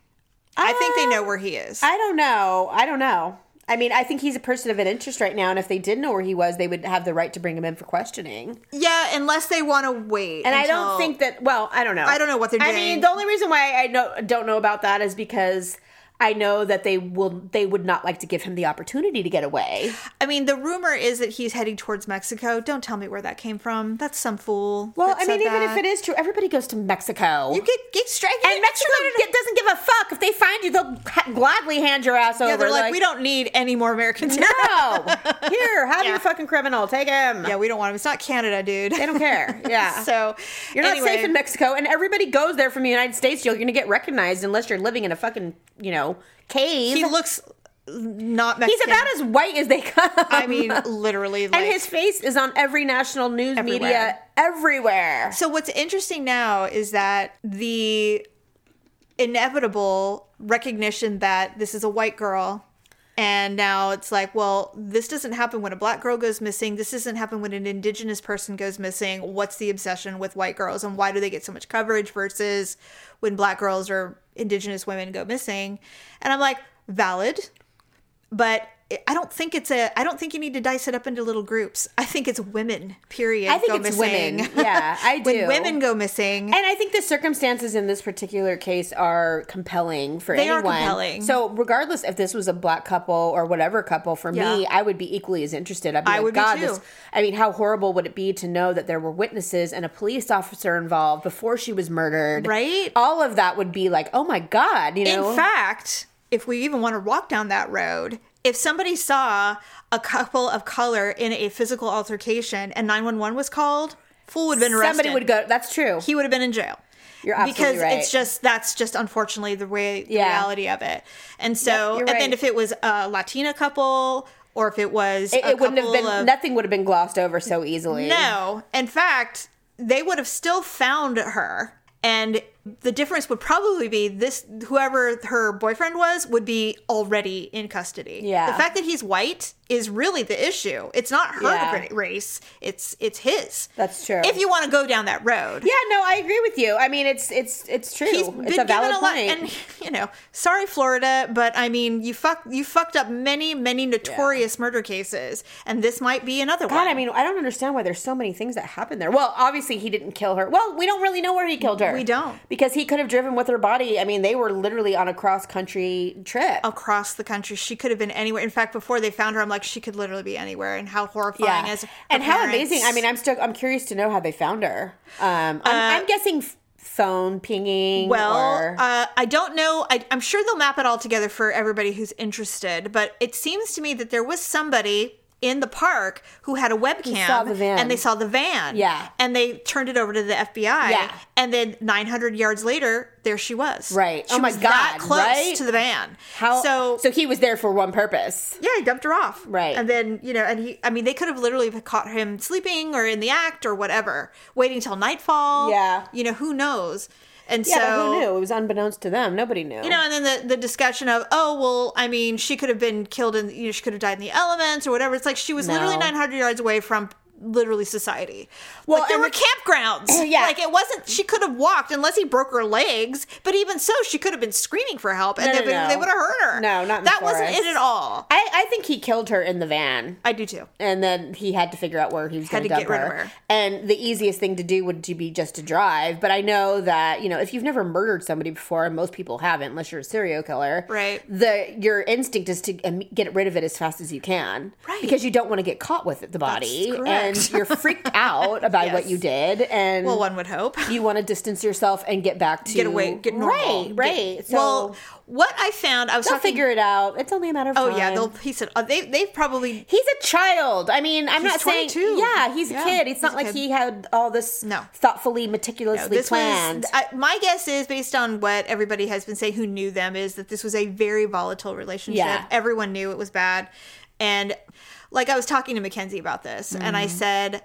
Speaker 1: I think they know where he is.
Speaker 2: Uh, I don't know. I don't know. I mean, I think he's a person of an interest right now, and if they did know where he was, they would have the right to bring him in for questioning.
Speaker 1: yeah, unless they want to wait.
Speaker 2: And I
Speaker 1: until-
Speaker 2: don't think that. Well, I don't know.
Speaker 1: I don't know what they're
Speaker 2: I mean,
Speaker 1: doing.
Speaker 2: the only reason why I know, don't know about that is because I know that they will. They would not like to give him the opportunity to get away.
Speaker 1: I mean, the rumor is that he's heading towards Mexico. Don't tell me where that came from. That's some fool.
Speaker 2: Well, I mean, even if it is true, everybody goes to Mexico.
Speaker 1: you could get striking.
Speaker 2: and Mexico get- doesn't give a fuck if they find you. They'll ha- gladly hand your ass over.
Speaker 1: Yeah, they're like, we don't need any more Americans here.
Speaker 2: No, here, have
Speaker 1: Yeah.
Speaker 2: your fucking criminal. Take him.
Speaker 1: Yeah, we don't want him. It's not Canada, dude.
Speaker 2: They don't care. Yeah.
Speaker 1: so
Speaker 2: You're not
Speaker 1: anyway.
Speaker 2: safe in Mexico, and everybody goes there from the United States. You're going to get recognized unless you're living in a fucking, you know, cave.
Speaker 1: He looks not Mexican.
Speaker 2: He's about as white as they come.
Speaker 1: I mean, literally. Like,
Speaker 2: and his face is on every national news media
Speaker 1: Everywhere.
Speaker 2: everywhere.
Speaker 1: so what's interesting now is that the inevitable recognition that this is a white girl. And now it's like, well, this doesn't happen when a black girl goes missing. This doesn't happen when an indigenous person goes missing. What's the obsession with white girls and why do they get so much coverage versus when black girls or indigenous women go missing? And I'm like, valid. but it- I don't think it's a. I don't think you need to dice it up into little groups. I think it's women. Period.
Speaker 2: I think
Speaker 1: go
Speaker 2: it's
Speaker 1: missing.
Speaker 2: women. Yeah, I do.
Speaker 1: when women go missing,
Speaker 2: And I think the circumstances in this particular case are compelling for
Speaker 1: They are
Speaker 2: anyone.
Speaker 1: compelling.
Speaker 2: So regardless if this was a black couple or whatever couple, for me,
Speaker 1: Yeah.
Speaker 2: I would be equally as interested. I'd be
Speaker 1: I
Speaker 2: like,
Speaker 1: would be
Speaker 2: God,
Speaker 1: too."
Speaker 2: this I mean, how horrible would it be to know that there were witnesses and a police officer involved before she was murdered?
Speaker 1: Right?
Speaker 2: All of that would be like, oh my God, you know.
Speaker 1: in fact, if we even want to walk down that road, if somebody saw a couple of color in a physical altercation and nine one one was called, fool would have been arrested.
Speaker 2: somebody would go that's true.
Speaker 1: He would have been in jail.
Speaker 2: You're absolutely
Speaker 1: because
Speaker 2: right.
Speaker 1: it's just that's just unfortunately the way the
Speaker 2: Yeah.
Speaker 1: reality of it. And so,
Speaker 2: you're
Speaker 1: and then
Speaker 2: right.
Speaker 1: if it was a Latina couple or if it was
Speaker 2: it,
Speaker 1: a
Speaker 2: it wouldn't have
Speaker 1: couple
Speaker 2: been
Speaker 1: of-
Speaker 2: nothing would have been glossed over so easily.
Speaker 1: No. In fact, they would have still found her. And the difference would probably be this whoever her boyfriend was would be already in custody.
Speaker 2: Yeah.
Speaker 1: The fact that he's white is really the issue. It's not her
Speaker 2: Yeah.
Speaker 1: race, it's it's his.
Speaker 2: That's true.
Speaker 1: If you want to go down that road.
Speaker 2: Yeah, no, I agree with you. I mean, it's it's it's true.
Speaker 1: He's
Speaker 2: it's a valid point.
Speaker 1: and you know, sorry Florida, but I mean, you fuck, you fucked up many, many notorious murder cases, and this might be another one.
Speaker 2: God, I mean, I don't understand why there's so many things that happened there. Well, obviously he didn't kill her. Well, we don't really know where he killed her.
Speaker 1: We don't.
Speaker 2: Because he could have driven with her body. I mean, they were literally on a cross country trip.
Speaker 1: across the country. She could have been anywhere. In fact, before they found her, I'm like, she could literally be anywhere. And how horrifying as
Speaker 2: And
Speaker 1: her
Speaker 2: how
Speaker 1: parents-
Speaker 2: amazing. I mean, I'm still I'm curious to know how they found her. Um I'm, I'm guessing f- phone pinging
Speaker 1: Uh, well,
Speaker 2: or
Speaker 1: uh, I don't know. I, I'm sure they'll map it all together for everybody who's interested. But it seems to me that there was somebody in the park who had a webcam
Speaker 2: saw the van.
Speaker 1: and they saw the van.
Speaker 2: Yeah.
Speaker 1: And they turned it over to the FBI.
Speaker 2: Yeah.
Speaker 1: And then 900 yards later, there she was.
Speaker 2: Right.
Speaker 1: She
Speaker 2: Oh my
Speaker 1: was that
Speaker 2: God,
Speaker 1: close
Speaker 2: right?
Speaker 1: to the van.
Speaker 2: How
Speaker 1: So,
Speaker 2: so? he was there for one purpose.
Speaker 1: yeah, he dumped her off.
Speaker 2: Right.
Speaker 1: And then, you know, and he, I mean, they could have literally caught him sleeping or in the act or whatever, waiting till nightfall.
Speaker 2: Yeah.
Speaker 1: You know, who knows? And so,
Speaker 2: It was unbeknownst to them. Nobody knew.
Speaker 1: You know, and then the, the discussion of, oh, well, I mean, she could have been killed in, you know, she could have died in the elements or whatever. It's like she was literally
Speaker 2: No.
Speaker 1: 900 yards away from literally society.
Speaker 2: Well,
Speaker 1: like, there
Speaker 2: and
Speaker 1: were
Speaker 2: the-
Speaker 1: campgrounds.
Speaker 2: Yeah.
Speaker 1: Like, it wasn't, she could have walked unless he broke her legs, but even so, she could have been screaming for help and
Speaker 2: No,
Speaker 1: they,
Speaker 2: no,
Speaker 1: would-
Speaker 2: no.
Speaker 1: they would have hurt her.
Speaker 2: No, not in the
Speaker 1: That wasn't
Speaker 2: forest.
Speaker 1: it at all.
Speaker 2: I, I think he killed her in the van.
Speaker 1: I do too.
Speaker 2: And then he had to figure out where he was going
Speaker 1: Had
Speaker 2: to
Speaker 1: to
Speaker 2: dump
Speaker 1: get rid of
Speaker 2: her.
Speaker 1: her.
Speaker 2: And the easiest thing to do would to be just to drive. But I know that you know if you've never murdered somebody before, and most people haven't, unless you're a serial killer,
Speaker 1: Right.
Speaker 2: The your instinct is to um, get rid of it as fast as you can,
Speaker 1: Right.
Speaker 2: Because you don't want to get caught with it, the body,
Speaker 1: correct.
Speaker 2: and you're freaked out about what
Speaker 1: Yes.
Speaker 2: you did, and
Speaker 1: Well, one would hope.
Speaker 2: you want to distance yourself and get back to
Speaker 1: Get away, get normal.
Speaker 2: right,
Speaker 1: Get-
Speaker 2: right. so
Speaker 1: well, what I found, I was
Speaker 2: they'll
Speaker 1: talking.
Speaker 2: figure it out. It's only a matter of
Speaker 1: oh
Speaker 2: time.
Speaker 1: yeah, they'll. He said uh, they. They've probably
Speaker 2: He's a child. I mean, I'm
Speaker 1: He's
Speaker 2: not saying
Speaker 1: 22.
Speaker 2: yeah, he's
Speaker 1: Yeah,
Speaker 2: a kid. It's
Speaker 1: he's
Speaker 2: not
Speaker 1: a
Speaker 2: like
Speaker 1: kid.
Speaker 2: he had all this
Speaker 1: No.
Speaker 2: thoughtfully, meticulously
Speaker 1: this
Speaker 2: planned.
Speaker 1: was I, my guess is based on what everybody has been saying who knew them is that this was a very volatile relationship
Speaker 2: Yeah.
Speaker 1: everyone knew it was bad and like i was talking to mackenzie about this and
Speaker 2: Mm-hmm.
Speaker 1: i said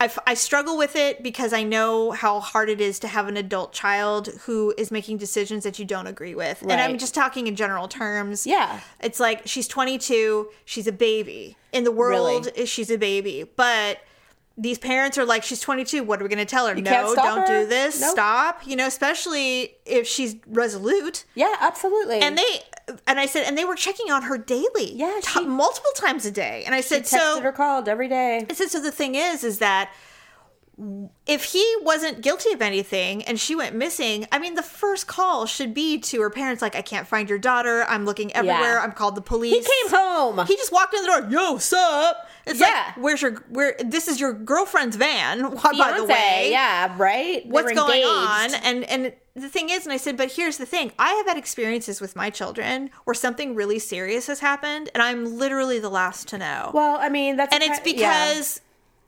Speaker 1: I, f- I struggle with it because i know how hard it is to have an adult child who is making decisions that you don't agree with and i'm
Speaker 2: Right.
Speaker 1: just talking in general terms
Speaker 2: Yeah.
Speaker 1: it's like she's 22 she's a baby in the world she's a baby but these parents are like she's 22 what are we going to tell her no
Speaker 2: can't stop
Speaker 1: don't
Speaker 2: her.
Speaker 1: do this
Speaker 2: Nope.
Speaker 1: stop you know especially if she's resolute
Speaker 2: yeah, absolutely.
Speaker 1: and they and i said and they were checking on her daily
Speaker 2: Yeah,
Speaker 1: t-
Speaker 2: she-
Speaker 1: multiple times a day and i said
Speaker 2: texted
Speaker 1: so
Speaker 2: or called every day.
Speaker 1: I said so the thing is is that if he wasn't guilty of anything and she went missing, I mean, the first call should be to her parents, like, I can't find your daughter. I'm looking everywhere. I'm called the police.
Speaker 2: He came home.
Speaker 1: He just walked in the door. Yo, sup? It's
Speaker 2: Yeah.
Speaker 1: like, where's your where? This is your girlfriend's van. by the
Speaker 2: Beyonce,
Speaker 1: way,
Speaker 2: yeah, right. They
Speaker 1: What's
Speaker 2: were
Speaker 1: going
Speaker 2: engaged.
Speaker 1: on? And and the thing is, and I said, but here's the thing. I have had experiences with my children where something really serious has happened, and I'm literally the last to know.
Speaker 2: Well, I mean, that's
Speaker 1: and it's
Speaker 2: ki- yeah.
Speaker 1: because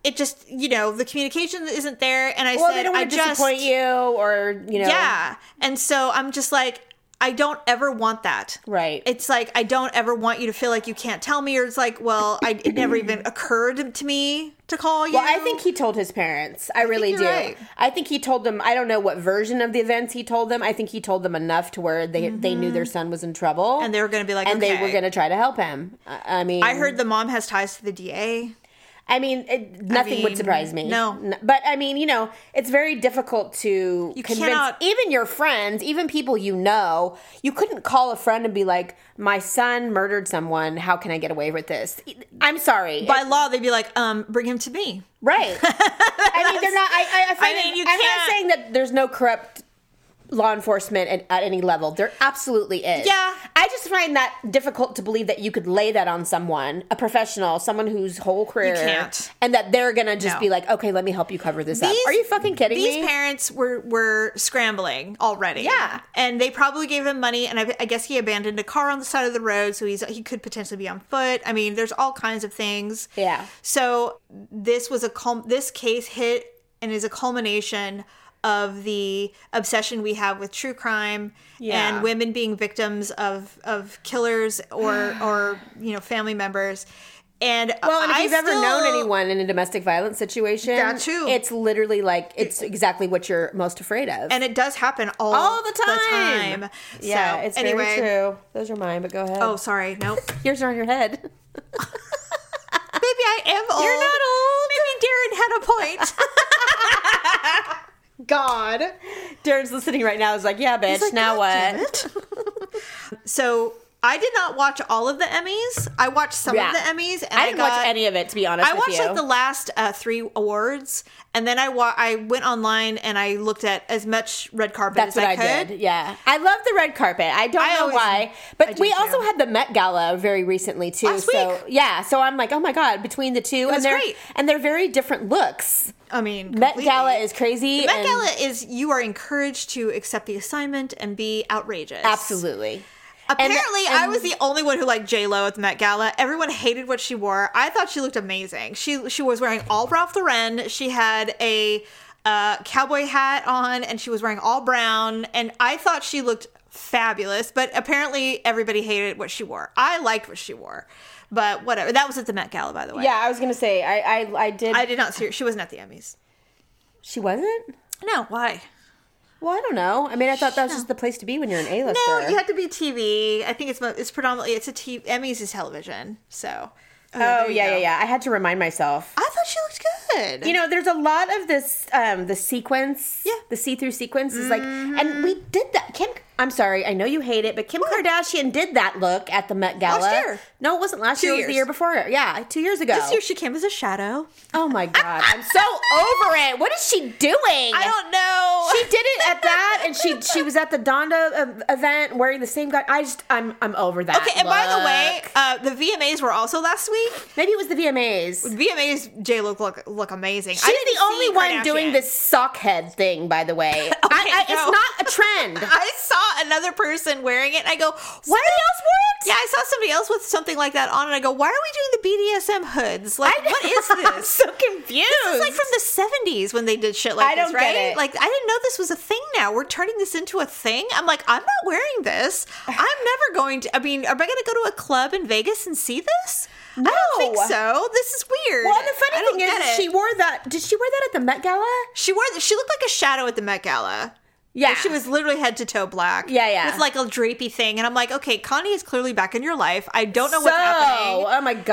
Speaker 1: it just you know the communication isn't there. And I
Speaker 2: well,
Speaker 1: said,
Speaker 2: they don't
Speaker 1: I
Speaker 2: want to
Speaker 1: just
Speaker 2: disappoint you or you know,
Speaker 1: yeah. And so I'm just like, I don't ever want that.
Speaker 2: Right.
Speaker 1: It's like, I don't ever want you to feel like you can't tell me, or it's like, well, I, it never even occurred to me to call you.
Speaker 2: Well, I think he told his parents. I, really
Speaker 1: you're
Speaker 2: do.
Speaker 1: right.
Speaker 2: I think he told them. I don't know what version of the events he told them. I think he told them enough to where they they knew their son was in trouble,
Speaker 1: Mm-hmm. And they were gonna be like,
Speaker 2: and they were
Speaker 1: okay.
Speaker 2: going to try to help him. I I mean,
Speaker 1: I heard the mom has ties to the DA.
Speaker 2: I mean, it, nothing
Speaker 1: mean,
Speaker 2: would surprise me.
Speaker 1: no.
Speaker 2: N- but I mean, you know, it's very difficult to convince
Speaker 1: cannot-
Speaker 2: even your friends, even people you know. You couldn't call a friend and be like, "My son murdered someone. How can I get away with this?" I'm sorry,
Speaker 1: By law, they'd be like, um, bring him to me.
Speaker 2: Right. I mean, they're not. I, I, I, find
Speaker 1: mean,
Speaker 2: it-
Speaker 1: you
Speaker 2: I'm
Speaker 1: can't-
Speaker 2: not saying that there's no corrupt law enforcement at, at any level. There absolutely is.
Speaker 1: Yeah.
Speaker 2: I just find that difficult to believe that you could lay that on someone, a professional, someone whose whole career,
Speaker 1: can't.
Speaker 2: and that they're gonna just
Speaker 1: No.
Speaker 2: be like, "Okay, let me help you cover this up."
Speaker 1: These-
Speaker 2: Are you fucking kidding
Speaker 1: These
Speaker 2: me?
Speaker 1: parents were were scrambling already.
Speaker 2: Yeah.
Speaker 1: and they probably gave him money, and I, I guess he abandoned a car on the side of the road, so he's he could potentially be on foot. I mean, there's all kinds of things.
Speaker 2: Yeah.
Speaker 1: So this was a cul- this case hit and is a culmination of the obsession we have with true crime
Speaker 2: Yeah.
Speaker 1: and women being victims of of killers or or you know family members. And
Speaker 2: well, and if
Speaker 1: I
Speaker 2: you've ever known
Speaker 1: still-
Speaker 2: anyone in a domestic violence situation,
Speaker 1: That too.
Speaker 2: it's literally like it's exactly what you're most afraid of.
Speaker 1: and it does happen all,
Speaker 2: all the time.
Speaker 1: time.
Speaker 2: Yeah,
Speaker 1: So,
Speaker 2: it's very true. Those are mine, but go ahead.
Speaker 1: Oh, sorry. Nope. Maybe
Speaker 2: yours are on your head.
Speaker 1: I am old.
Speaker 2: You're not old.
Speaker 1: Maybe Darren had a point.
Speaker 2: God. Darren's listening right now. Is like, yeah, bitch.
Speaker 1: like,
Speaker 2: now
Speaker 1: "God damn
Speaker 2: what?
Speaker 1: so I did not watch all of the Emmys. I watched some
Speaker 2: Yeah.
Speaker 1: of the Emmys, and I,
Speaker 2: I didn't
Speaker 1: got,
Speaker 2: watch any of it to be honest.
Speaker 1: I
Speaker 2: with
Speaker 1: watched
Speaker 2: you.
Speaker 1: like the last uh, three awards, and then I wa- I went online and I looked at as much red carpet
Speaker 2: That's
Speaker 1: as
Speaker 2: what
Speaker 1: I,
Speaker 2: I,
Speaker 1: could.
Speaker 2: did. Yeah, I love the red carpet. I don't
Speaker 1: I
Speaker 2: know
Speaker 1: always- I
Speaker 2: why, but
Speaker 1: do
Speaker 2: we
Speaker 1: too.
Speaker 2: also had the Met Gala very recently too.
Speaker 1: Last
Speaker 2: so
Speaker 1: week.
Speaker 2: yeah, so I'm like, oh my god, between the two,
Speaker 1: was
Speaker 2: and they're
Speaker 1: great.
Speaker 2: and they're very different looks.
Speaker 1: I mean,
Speaker 2: Met
Speaker 1: completely.
Speaker 2: Gala is crazy.
Speaker 1: Met
Speaker 2: and-
Speaker 1: Gala is you are encouraged to accept the assignment and be outrageous.
Speaker 2: absolutely. And-
Speaker 1: Apparently, I
Speaker 2: and-
Speaker 1: was the only one who liked J Lo at the Met Gala. Everyone hated what she wore. I thought she looked amazing. She she was wearing all Ralph Lauren. She had a uh, cowboy hat on, and she was wearing all brown. And I thought she looked fabulous. But apparently, everybody hated what she wore. I liked what she wore, but whatever. That was at the Met Gala, by the way.
Speaker 2: Yeah, I was gonna say I I, I did.
Speaker 1: I did not see her. She wasn't at the Emmys.
Speaker 2: she wasn't.
Speaker 1: No, why?
Speaker 2: Well, I don't know. I mean, I thought that was just the place to be when you're an A-lister.
Speaker 1: No, you had to be TV. I think it's mo- it's predominantly it's a TV. Emmys is television, so.
Speaker 2: oh
Speaker 1: there you
Speaker 2: yeah,
Speaker 1: go.
Speaker 2: yeah, yeah. I had to remind myself.
Speaker 1: I thought she looked good.
Speaker 2: You know, there's a lot of this, um, the sequence,
Speaker 1: Yeah. Mm-hmm.
Speaker 2: the see-through sequence is like, and we did that. Kim, I'm sorry, I know you hate it, but Kim Kardashian did that look at the Met Gala.
Speaker 1: year.
Speaker 2: No, it wasn't last
Speaker 1: Two
Speaker 2: year. It was the
Speaker 1: years.
Speaker 2: year before. Yeah, two years ago.
Speaker 1: this year she came as a shadow.
Speaker 2: oh my god, I'm so over it. What is she doing?
Speaker 1: I don't know.
Speaker 2: She did it at that, and she she was at the Donda uh, event wearing the same guy. I just I'm I'm over that.
Speaker 1: Okay, and by the way,
Speaker 2: look.
Speaker 1: uh, the VMAs were also last week.
Speaker 2: maybe it was the VMAs.
Speaker 1: VMAs J look look look amazing.
Speaker 2: She's the only one doing this sock head thing, by the way. I, I,
Speaker 1: no.
Speaker 2: It's not a trend.
Speaker 1: I saw another person wearing it. And I go, why?
Speaker 2: Somebody else wore it?
Speaker 1: Yeah, I saw somebody else with something like that on, and I go, why are we doing the BDSM hoods? Like, what is
Speaker 2: I'm
Speaker 1: this?
Speaker 2: so confused.
Speaker 1: This is like from the seventies when they did shit like
Speaker 2: I
Speaker 1: this,
Speaker 2: don't get
Speaker 1: right?
Speaker 2: it.
Speaker 1: Like I didn't know this was a thing. Now we're turning this into a thing. I'm like, I'm not wearing this. I'm never going to. I mean, am I going to go to a club in Vegas and see this? I don't think
Speaker 2: No.
Speaker 1: so. This is weird.
Speaker 2: well, and the
Speaker 1: I
Speaker 2: funny
Speaker 1: don't
Speaker 2: thing is,
Speaker 1: get it.
Speaker 2: she wore that. Did she wear that at the Met Gala?
Speaker 1: she wore she looked like a shadow at the Met Gala.
Speaker 2: Yeah,
Speaker 1: She was literally head to toe black.
Speaker 2: Yeah, yeah.
Speaker 1: With like a drapey thing, and I'm like, okay, Connie is clearly back in your life. I don't know
Speaker 2: So,
Speaker 1: what's happening.
Speaker 2: oh my god.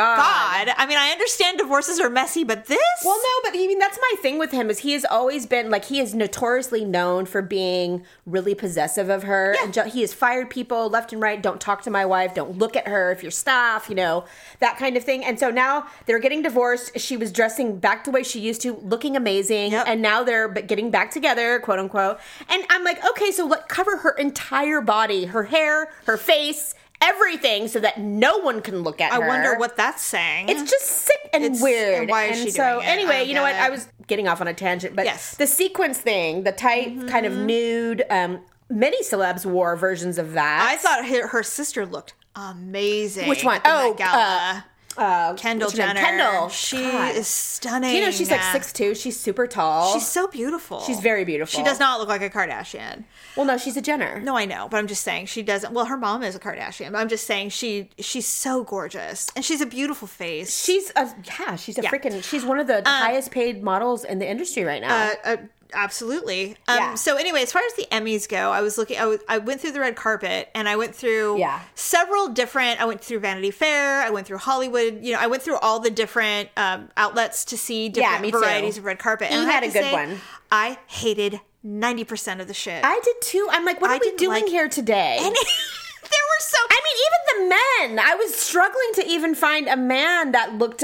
Speaker 1: God, I mean, I understand divorces are messy, but this.
Speaker 2: Well, no, but I mean that's my thing with him is he has always been like he is notoriously known for being really possessive of her, and ju- he has fired people left and right. Don't talk to my wife. Don't look at her if you're staff. You know that kind of thing. And so now they're getting divorced. She was dressing back the way she used to, looking amazing,
Speaker 1: Yep.
Speaker 2: and now they're but getting back together, quote unquote. And I'm like, okay, so let cover her entire body, her hair, her face, everything, so that no one can look at
Speaker 1: I
Speaker 2: her.
Speaker 1: wonder what that's saying.
Speaker 2: It's just sick and
Speaker 1: It's-
Speaker 2: weird.
Speaker 1: and why is she
Speaker 2: so,
Speaker 1: doing it? I
Speaker 2: anyway,
Speaker 1: don't
Speaker 2: you know
Speaker 1: get
Speaker 2: what?
Speaker 1: it.
Speaker 2: I was getting off on a tangent, but
Speaker 1: Yes. Mm-hmm.
Speaker 2: the sequence thing, the tight kind of nude, um, many celebs wore versions of
Speaker 1: I
Speaker 2: that.
Speaker 1: thought her, her sister looked amazing.
Speaker 2: Which one?
Speaker 1: at the Met
Speaker 2: Oh,
Speaker 1: Gala.
Speaker 2: uh,
Speaker 1: Kendall
Speaker 2: what's her name?
Speaker 1: Jenner.
Speaker 2: Kendall.
Speaker 1: She
Speaker 2: God.
Speaker 1: is stunning.
Speaker 2: You know, she's like six two. She's super tall.
Speaker 1: She's so beautiful.
Speaker 2: She's very beautiful.
Speaker 1: She does not look like a Kardashian.
Speaker 2: well, no, she's a Jenner.
Speaker 1: No, I know, but I'm just saying she doesn't. Well, her mom is a Kardashian, but I'm just saying she she's so gorgeous and she's a beautiful face.
Speaker 2: She's a yeah. She's a freaking. She's one of the highest paid models in the industry right now.
Speaker 1: Um, Uh, uh, absolutely. Um,
Speaker 2: Yeah.
Speaker 1: So anyway, as far as the Emmys go, I was looking. I, was, I went through the red carpet, and I went through
Speaker 2: Yeah.
Speaker 1: several different. I went through Vanity Fair. I went through Hollywood. You know, I went through all the different um, outlets to see different
Speaker 2: me too.
Speaker 1: varieties of red carpet.
Speaker 2: You
Speaker 1: I have
Speaker 2: had a
Speaker 1: to
Speaker 2: good one.
Speaker 1: I hated ninety percent of the shit.
Speaker 2: I did too. I'm like, what
Speaker 1: I
Speaker 2: are we
Speaker 1: didn't
Speaker 2: doing
Speaker 1: like
Speaker 2: here today?
Speaker 1: there were so.
Speaker 2: I mean, even the men. I was struggling to even find a man that looked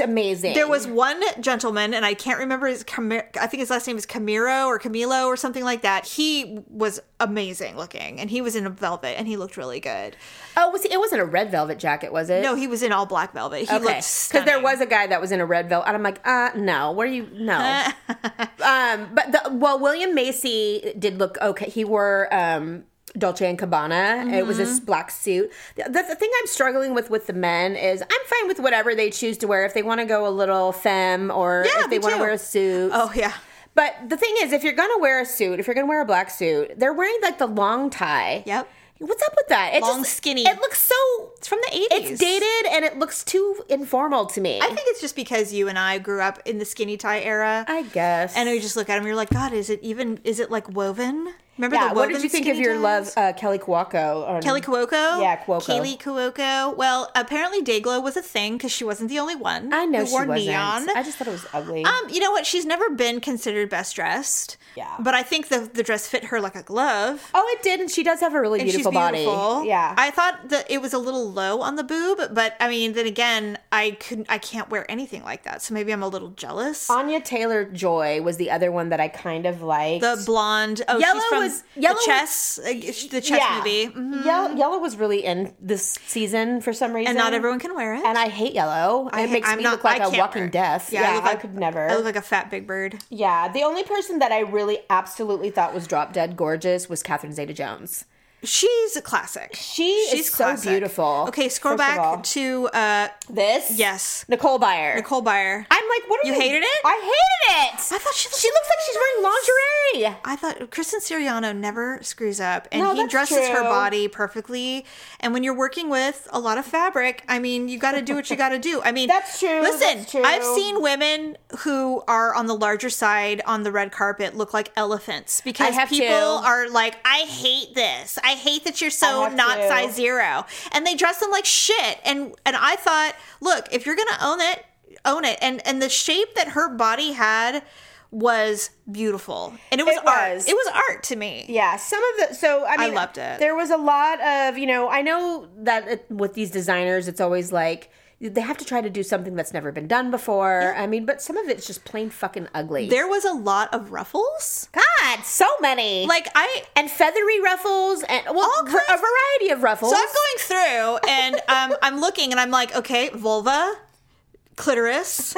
Speaker 2: amazing.
Speaker 1: There was one gentleman, and I can't remember his. Cami- I think his last name is Camiro or Camilo or something like that. He was amazing looking, and he was in a velvet, and he looked really good.
Speaker 2: oh, was he, it wasn't a red velvet jacket, was it?
Speaker 1: No, he was in all black velvet. He looked
Speaker 2: because
Speaker 1: stunning.
Speaker 2: there was a guy that was in a red velvet, and I'm like, uh, no, where are you? No. um, but the, well, William Macy did look okay. He wore um. Dolce and Cabana. It was
Speaker 1: Mm-hmm.
Speaker 2: this black suit. The, the, the thing I'm struggling with with the men is I'm fine with whatever they choose to wear. If they want to go a little femme or
Speaker 1: Yeah,
Speaker 2: if they
Speaker 1: me
Speaker 2: want to
Speaker 1: too.
Speaker 2: wear a suit.
Speaker 1: Oh yeah,
Speaker 2: But the thing is, if you're gonna wear a suit, if you're gonna wear a black suit, they're wearing like the long tie.
Speaker 1: Yep.
Speaker 2: What's up with that? It
Speaker 1: Long, skinny.
Speaker 2: It looks so.
Speaker 1: it's from the eighties.
Speaker 2: It's dated and it looks too informal to me.
Speaker 1: I think it's just because you and I grew up in the skinny tie era,
Speaker 2: I guess.
Speaker 1: and we just look at them. You're like, God, is it even? Is it like woven? Remember
Speaker 2: yeah.
Speaker 1: the woven
Speaker 2: What did you think of
Speaker 1: skinny
Speaker 2: your
Speaker 1: ties?
Speaker 2: love, uh, Kelly Cuoco? on-
Speaker 1: Kelly Cuoco?
Speaker 2: Yeah, Cuoco.
Speaker 1: Kaylee Cuoco. Well, apparently Dayglow was a thing because she wasn't the only one.
Speaker 2: I know
Speaker 1: who
Speaker 2: she
Speaker 1: wore
Speaker 2: wasn't.
Speaker 1: neon.
Speaker 2: I just thought it was ugly.
Speaker 1: Um, you know what? She's never been considered best dressed.
Speaker 2: Yeah.
Speaker 1: But I think the the dress fit her like a glove.
Speaker 2: oh, it did, and she does have a really
Speaker 1: And
Speaker 2: beautiful,
Speaker 1: she's beautiful.
Speaker 2: body. Yeah.
Speaker 1: I thought that it was a little low on the boob, but I mean, then again, I couldn't. I can't wear anything like that, so maybe I'm a little jealous.
Speaker 2: Anya Taylor Joy was the other one that I kind of liked.
Speaker 1: the blonde. Oh,
Speaker 2: Yellow
Speaker 1: she's from
Speaker 2: was-
Speaker 1: the
Speaker 2: Yellow was-
Speaker 1: chess. uh, the chess movie. Mhm.
Speaker 2: Yellow, Yellow was really in this season for some reason,
Speaker 1: And not everyone can wear it.
Speaker 2: And I hate yellow. It
Speaker 1: ha-
Speaker 2: makes me look
Speaker 1: I
Speaker 2: like a
Speaker 1: can't
Speaker 2: walking
Speaker 1: wear it.
Speaker 2: death. Yeah, I,
Speaker 1: look like-
Speaker 2: could never.
Speaker 1: I look like a fat big bird.
Speaker 2: yeah, the only person that I really absolutely thought was drop dead gorgeous was Catherine Zeta Jones.
Speaker 1: She's a classic.
Speaker 2: She
Speaker 1: She's
Speaker 2: is so beautiful,
Speaker 1: Okay, scroll
Speaker 2: first of all.
Speaker 1: back to uh
Speaker 2: This?
Speaker 1: Yes.
Speaker 2: Nicole Byer.
Speaker 1: Nicole Byer.
Speaker 2: I'm like, what are
Speaker 1: You hated it?
Speaker 2: I hated it.
Speaker 1: I thought she looked
Speaker 2: She looks like she's wearing lingerie.
Speaker 1: I thought Kristen Siriano never screws up, and
Speaker 2: No,
Speaker 1: he
Speaker 2: that's
Speaker 1: dresses her
Speaker 2: true.
Speaker 1: body perfectly. And when you're working with a lot of fabric, I mean, you got to do what you got to do. I mean,
Speaker 2: That's true,
Speaker 1: Listen,
Speaker 2: that's true.
Speaker 1: I've seen women who are on the larger side on the red carpet look like elephants because
Speaker 2: have
Speaker 1: people
Speaker 2: too.
Speaker 1: are like, "I hate this. I hate that you're so
Speaker 2: have
Speaker 1: not
Speaker 2: too.
Speaker 1: size zero. and they dress them like shit. And and I thought, look, if you're gonna own it, own it. And and the shape that her body had was beautiful, and it was
Speaker 2: It
Speaker 1: art.
Speaker 2: was.
Speaker 1: It was art to me.
Speaker 2: Yeah, some of the so I mean,
Speaker 1: loved it.
Speaker 2: There was a lot of you know. I know that it, with these designers, it's always like they have to try to do something that's never been done before. I mean, but some of it's just plain fucking ugly.
Speaker 1: There was a lot of ruffles.
Speaker 2: God, so many
Speaker 1: Like I
Speaker 2: and feathery ruffles and well,
Speaker 1: All
Speaker 2: ver-
Speaker 1: kinds-
Speaker 2: a variety of ruffles.
Speaker 1: so I'm going through and um, I'm looking and I'm like, okay, vulva, clitoris,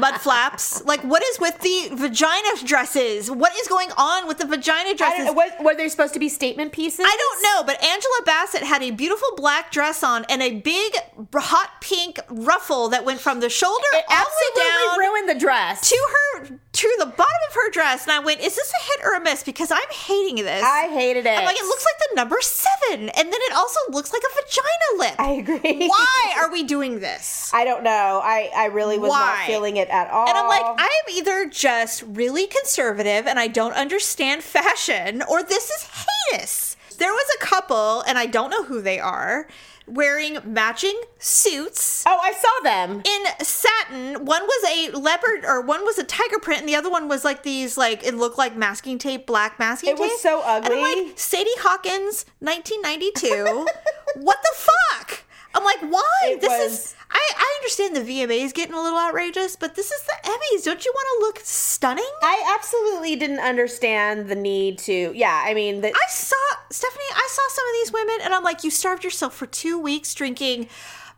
Speaker 1: mud flaps. Like, what is with the vagina dresses? What is going on with the vagina
Speaker 2: I
Speaker 1: dresses?
Speaker 2: don't- what- were they supposed to be statement pieces?
Speaker 1: I don't know, but Angela Bassett had a beautiful black dress on and a big br- hot pink ruffle that went from the shoulder
Speaker 2: It
Speaker 1: all the
Speaker 2: absolutely
Speaker 1: way down
Speaker 2: ruined the dress.
Speaker 1: to her to the bottom of her dress. And I went, "Is this a hit or a miss?" Because I'm hating this.
Speaker 2: I hated it.
Speaker 1: I'm like, it looks like the number seven, and then it also looks like a vagina lip.
Speaker 2: I agree.
Speaker 1: Why are we doing this?
Speaker 2: I don't know. I I really was
Speaker 1: Why?
Speaker 2: not feeling it at all.
Speaker 1: And I'm like, I'm either just really conservative and I don't understand fashion, or this is heinous. There was a couple, and I don't know who they are, wearing matching suits
Speaker 2: oh, I saw them.
Speaker 1: in satin. One was a leopard, or one was a tiger print, and the other one was like these, like it looked like masking tape, black masking
Speaker 2: It
Speaker 1: tape.
Speaker 2: was so
Speaker 1: And I'm
Speaker 2: ugly.
Speaker 1: like Sadie Hawkins, 1992. what the fuck? I'm like, why?
Speaker 2: It
Speaker 1: this
Speaker 2: was-
Speaker 1: is. I, I understand the VMAs getting a little outrageous, but this is the Emmys. Don't you want to look stunning? I,
Speaker 2: I absolutely didn't understand the need to. Yeah, I mean, the,
Speaker 1: saw Stephanie. I saw some of these women, and I'm like, you starved yourself for two weeks drinking.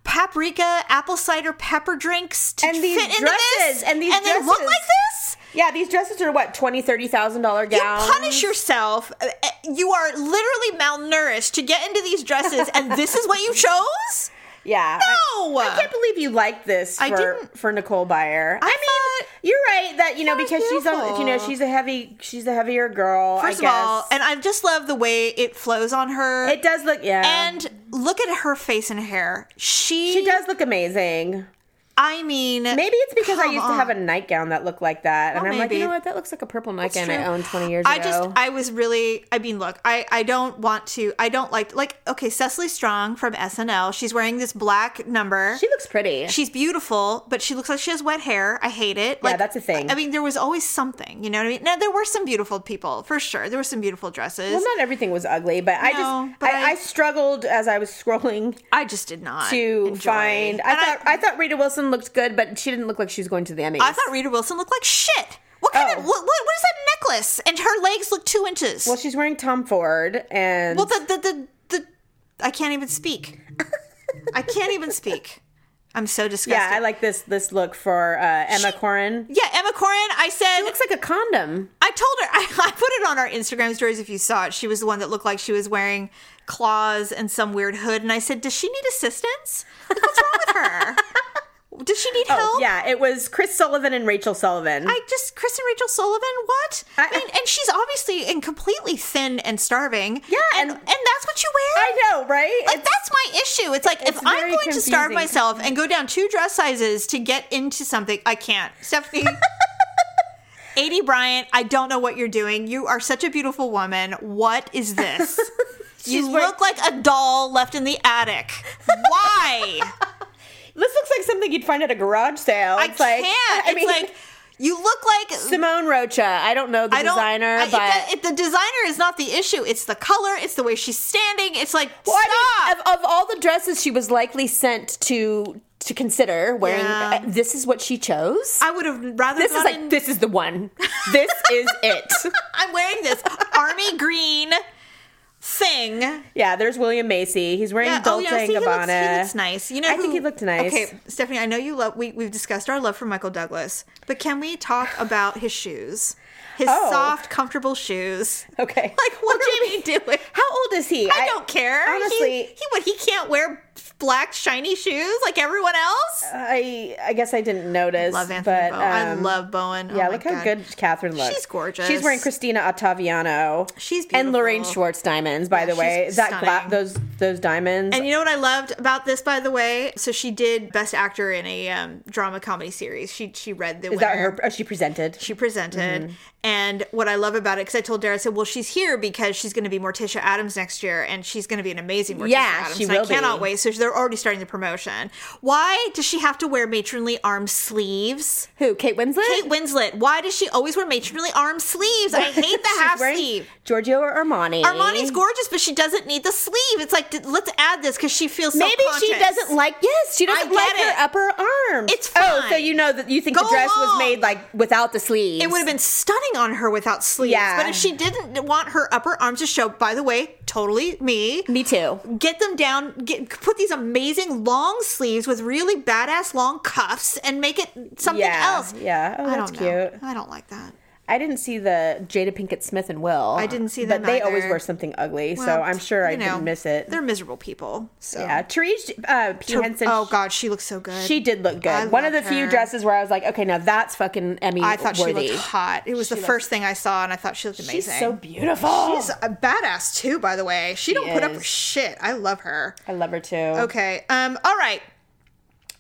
Speaker 1: Paprika, apple cider, pepper drinks to
Speaker 2: And these
Speaker 1: fit into
Speaker 2: dresses,
Speaker 1: this,
Speaker 2: and these
Speaker 1: and they look
Speaker 2: dresses.
Speaker 1: like this.
Speaker 2: yeah, these dresses are what twenty, thirty thousand dollar
Speaker 1: You
Speaker 2: gowns.
Speaker 1: punish yourself. Uh, uh, You are literally malnourished to get into these dresses, and this is what you chose.
Speaker 2: Yeah,
Speaker 1: No!
Speaker 2: I, I can't believe you liked this. For,
Speaker 1: I didn't-
Speaker 2: for Nicole Byer. I,
Speaker 1: mean,
Speaker 2: you're right that you know
Speaker 1: That was
Speaker 2: because she's on. You know,
Speaker 1: beautiful.
Speaker 2: she's a heavy. She's a heavier girl.
Speaker 1: First
Speaker 2: I guess.
Speaker 1: of all, and I just love the way it flows on her.
Speaker 2: it does look. Yeah,
Speaker 1: And look at her face and hair. She,
Speaker 2: she does look amazing.
Speaker 1: I mean,
Speaker 2: Maybe it's because I
Speaker 1: Come
Speaker 2: used to have a
Speaker 1: on.
Speaker 2: nightgown that looked like that, and
Speaker 1: Well,
Speaker 2: I'm like, you
Speaker 1: maybe.
Speaker 2: know what? That looks like a purple nightgown
Speaker 1: true.
Speaker 2: I owned 20 years
Speaker 1: I
Speaker 2: ago.
Speaker 1: just, I was really, I mean, look, I, I don't want to, I don't like, like, okay, Cecily Strong from SNL. She's wearing this black number.
Speaker 2: she looks pretty.
Speaker 1: She's beautiful, but she looks like she has wet hair. I hate it. Like,
Speaker 2: that's a thing.
Speaker 1: I mean, there was always something. You know what I mean? Now there were some beautiful people for sure. There were some beautiful dresses.
Speaker 2: Well, not everything was ugly, but I
Speaker 1: No,
Speaker 2: just
Speaker 1: but
Speaker 2: I, I,
Speaker 1: I-
Speaker 2: struggled as I was scrolling
Speaker 1: I just did not
Speaker 2: to
Speaker 1: enjoy.
Speaker 2: find. I
Speaker 1: And
Speaker 2: thought I, thought Rita Wilson looked good, but she didn't look like she was going to the Emmys.
Speaker 1: I thought Rita Wilson looked like shit. What kind
Speaker 2: Oh.
Speaker 1: of what, what, what is that necklace? And her legs look two inches.
Speaker 2: well, she's wearing Tom Ford, and
Speaker 1: Well, the the the, the I can't even speak. I can't even speak. I'm so disgusted.
Speaker 2: yeah, I like this this look for uh, Emma Corrin.
Speaker 1: Yeah, Emma Corrin. I said
Speaker 2: It looks like a condom.
Speaker 1: I told her I, I put it on our Instagram stories. If you saw it, she was the one that looked like she was wearing claws and some weird hood. And I said, "Does she need assistance? Like, what's wrong with her? Does she need help?"
Speaker 2: Oh, Yeah, it was Chris Sullivan and Rachel Sullivan.
Speaker 1: I just Chris and Rachel Sullivan. What? I,
Speaker 2: I-
Speaker 1: mean, and she's obviously and completely thin and starving.
Speaker 2: Yeah,
Speaker 1: and
Speaker 2: and-
Speaker 1: and that's what you wear.
Speaker 2: I know, right?
Speaker 1: Like
Speaker 2: It's-
Speaker 1: that's my issue. It's like
Speaker 2: it's
Speaker 1: if I'm
Speaker 2: very
Speaker 1: going to starve
Speaker 2: confusing.
Speaker 1: myself and go down two dress sizes to get into something, I can't. Stephanie. 80 Bryant, I don't know what you're doing. You are such a beautiful woman. What is this? you
Speaker 2: wearing-
Speaker 1: look like a doll left in the attic. Why?
Speaker 2: this looks like something you'd find at a garage sale.
Speaker 1: I
Speaker 2: It's like,
Speaker 1: can't.
Speaker 2: I
Speaker 1: it's
Speaker 2: mean,
Speaker 1: like you look like
Speaker 2: Simone Rocha. I don't know the
Speaker 1: I don't,
Speaker 2: designer,
Speaker 1: I- it-
Speaker 2: but
Speaker 1: it- the designer is not the issue. It's the color. It's the way she's standing. It's like
Speaker 2: Well,
Speaker 1: stop.
Speaker 2: I mean, of, of all the dresses she was likely sent to to consider wearing,
Speaker 1: Yeah.
Speaker 2: uh, this is what she chose.
Speaker 1: I would have rather.
Speaker 2: this is
Speaker 1: gone
Speaker 2: like
Speaker 1: in-
Speaker 2: this is the one. This is it.
Speaker 1: I'm wearing this army green thing.
Speaker 2: Yeah, there's William Macy. He's wearing
Speaker 1: Yeah,
Speaker 2: Dolce
Speaker 1: see,
Speaker 2: and
Speaker 1: he looks,
Speaker 2: Gabbana.
Speaker 1: he looks nice. You know,
Speaker 2: I think
Speaker 1: who-
Speaker 2: he looked nice.
Speaker 1: Okay, Stephanie, I know you love. We we've discussed our love for Michael Douglas, but can we talk about his shoes? His
Speaker 2: Oh.
Speaker 1: soft, comfortable shoes.
Speaker 2: Okay.
Speaker 1: Like what are we doing?
Speaker 2: How old is he?
Speaker 1: I, don't care. He-
Speaker 2: honestly-
Speaker 1: he, what he can't wear black shiny shoes like everyone else.
Speaker 2: I I guess I didn't notice.
Speaker 1: love Anthony
Speaker 2: but,
Speaker 1: Bowen. I
Speaker 2: um,
Speaker 1: love Bowen. Oh
Speaker 2: Yeah,
Speaker 1: my
Speaker 2: look how
Speaker 1: God.
Speaker 2: good Catherine looks.
Speaker 1: She's gorgeous.
Speaker 2: She's wearing Christina Ottaviano.
Speaker 1: She's
Speaker 2: and Lorraine
Speaker 1: beautiful.
Speaker 2: Schwartz diamonds. By
Speaker 1: Yeah,
Speaker 2: the way,
Speaker 1: she's
Speaker 2: that gla-
Speaker 1: stunning.
Speaker 2: those those diamonds.
Speaker 1: And you know what I loved about this, by the way? So she did Best Actor in a um, drama comedy series. She she read the
Speaker 2: is that her? Mm-hmm. Oh, she presented.
Speaker 1: she presented. And what I love about it, because I told Dara, I said, well, she's here because she's going to be Morticia Adams next year, and she's going to be an amazing Morticia
Speaker 2: Yeah,
Speaker 1: Adams.
Speaker 2: she
Speaker 1: and
Speaker 2: will
Speaker 1: I cannot
Speaker 2: be.
Speaker 1: wait. So they're already starting the promotion. Why does she have to wear matronly arm sleeves?
Speaker 2: Who? Kate Winslet.
Speaker 1: Kate Winslet, why does she always wear matronly arm sleeves? I hate the
Speaker 2: She's
Speaker 1: half
Speaker 2: wearing
Speaker 1: sleeve.
Speaker 2: Giorgio or Armani.
Speaker 1: Armani's gorgeous, but she doesn't need the sleeve. It's like, d- let's add this because she feels
Speaker 2: Maybe she
Speaker 1: self-conscious.
Speaker 2: doesn't like. Yes, she doesn't
Speaker 1: I
Speaker 2: like
Speaker 1: get it.
Speaker 2: her upper arm.
Speaker 1: It's
Speaker 2: Oh, so
Speaker 1: fine.
Speaker 2: you know that you think the
Speaker 1: Go
Speaker 2: dress was
Speaker 1: along.
Speaker 2: made like without the sleeves.
Speaker 1: It would have been stunning on her without sleeves.
Speaker 2: Yeah.
Speaker 1: But if she didn't want her upper arms to show, by the way, totally me.
Speaker 2: Me too.
Speaker 1: Get them down. Get put these amazing long sleeves with really badass long cuffs, and make it something
Speaker 2: Yeah,
Speaker 1: else.
Speaker 2: yeah. Oh,
Speaker 1: I
Speaker 2: that's
Speaker 1: don't know.
Speaker 2: cute.
Speaker 1: I don't like that.
Speaker 2: I didn't see the Jada Pinkett Smith and Will. I
Speaker 1: didn't see them
Speaker 2: that. But they always
Speaker 1: either.
Speaker 2: wear something ugly, so
Speaker 1: Well,
Speaker 2: I'm sure I
Speaker 1: you know,
Speaker 2: didn't miss it.
Speaker 1: They're miserable people. So
Speaker 2: Yeah, Therese uh, P.
Speaker 1: Her-
Speaker 2: Henson.
Speaker 1: oh God, she looks so good.
Speaker 2: She did look good.
Speaker 1: I
Speaker 2: One of the
Speaker 1: love
Speaker 2: few
Speaker 1: her.
Speaker 2: dresses where I was like, okay, now that's fucking Emmy
Speaker 1: I thought
Speaker 2: worthy.
Speaker 1: she looked hot. It was the first thing I saw, and I thought she looked amazing.
Speaker 2: She's so beautiful.
Speaker 1: She's a badass too, by the way. She don't put up
Speaker 2: is.
Speaker 1: with shit. I love her.
Speaker 2: I love her too.
Speaker 1: Okay. Um. All right.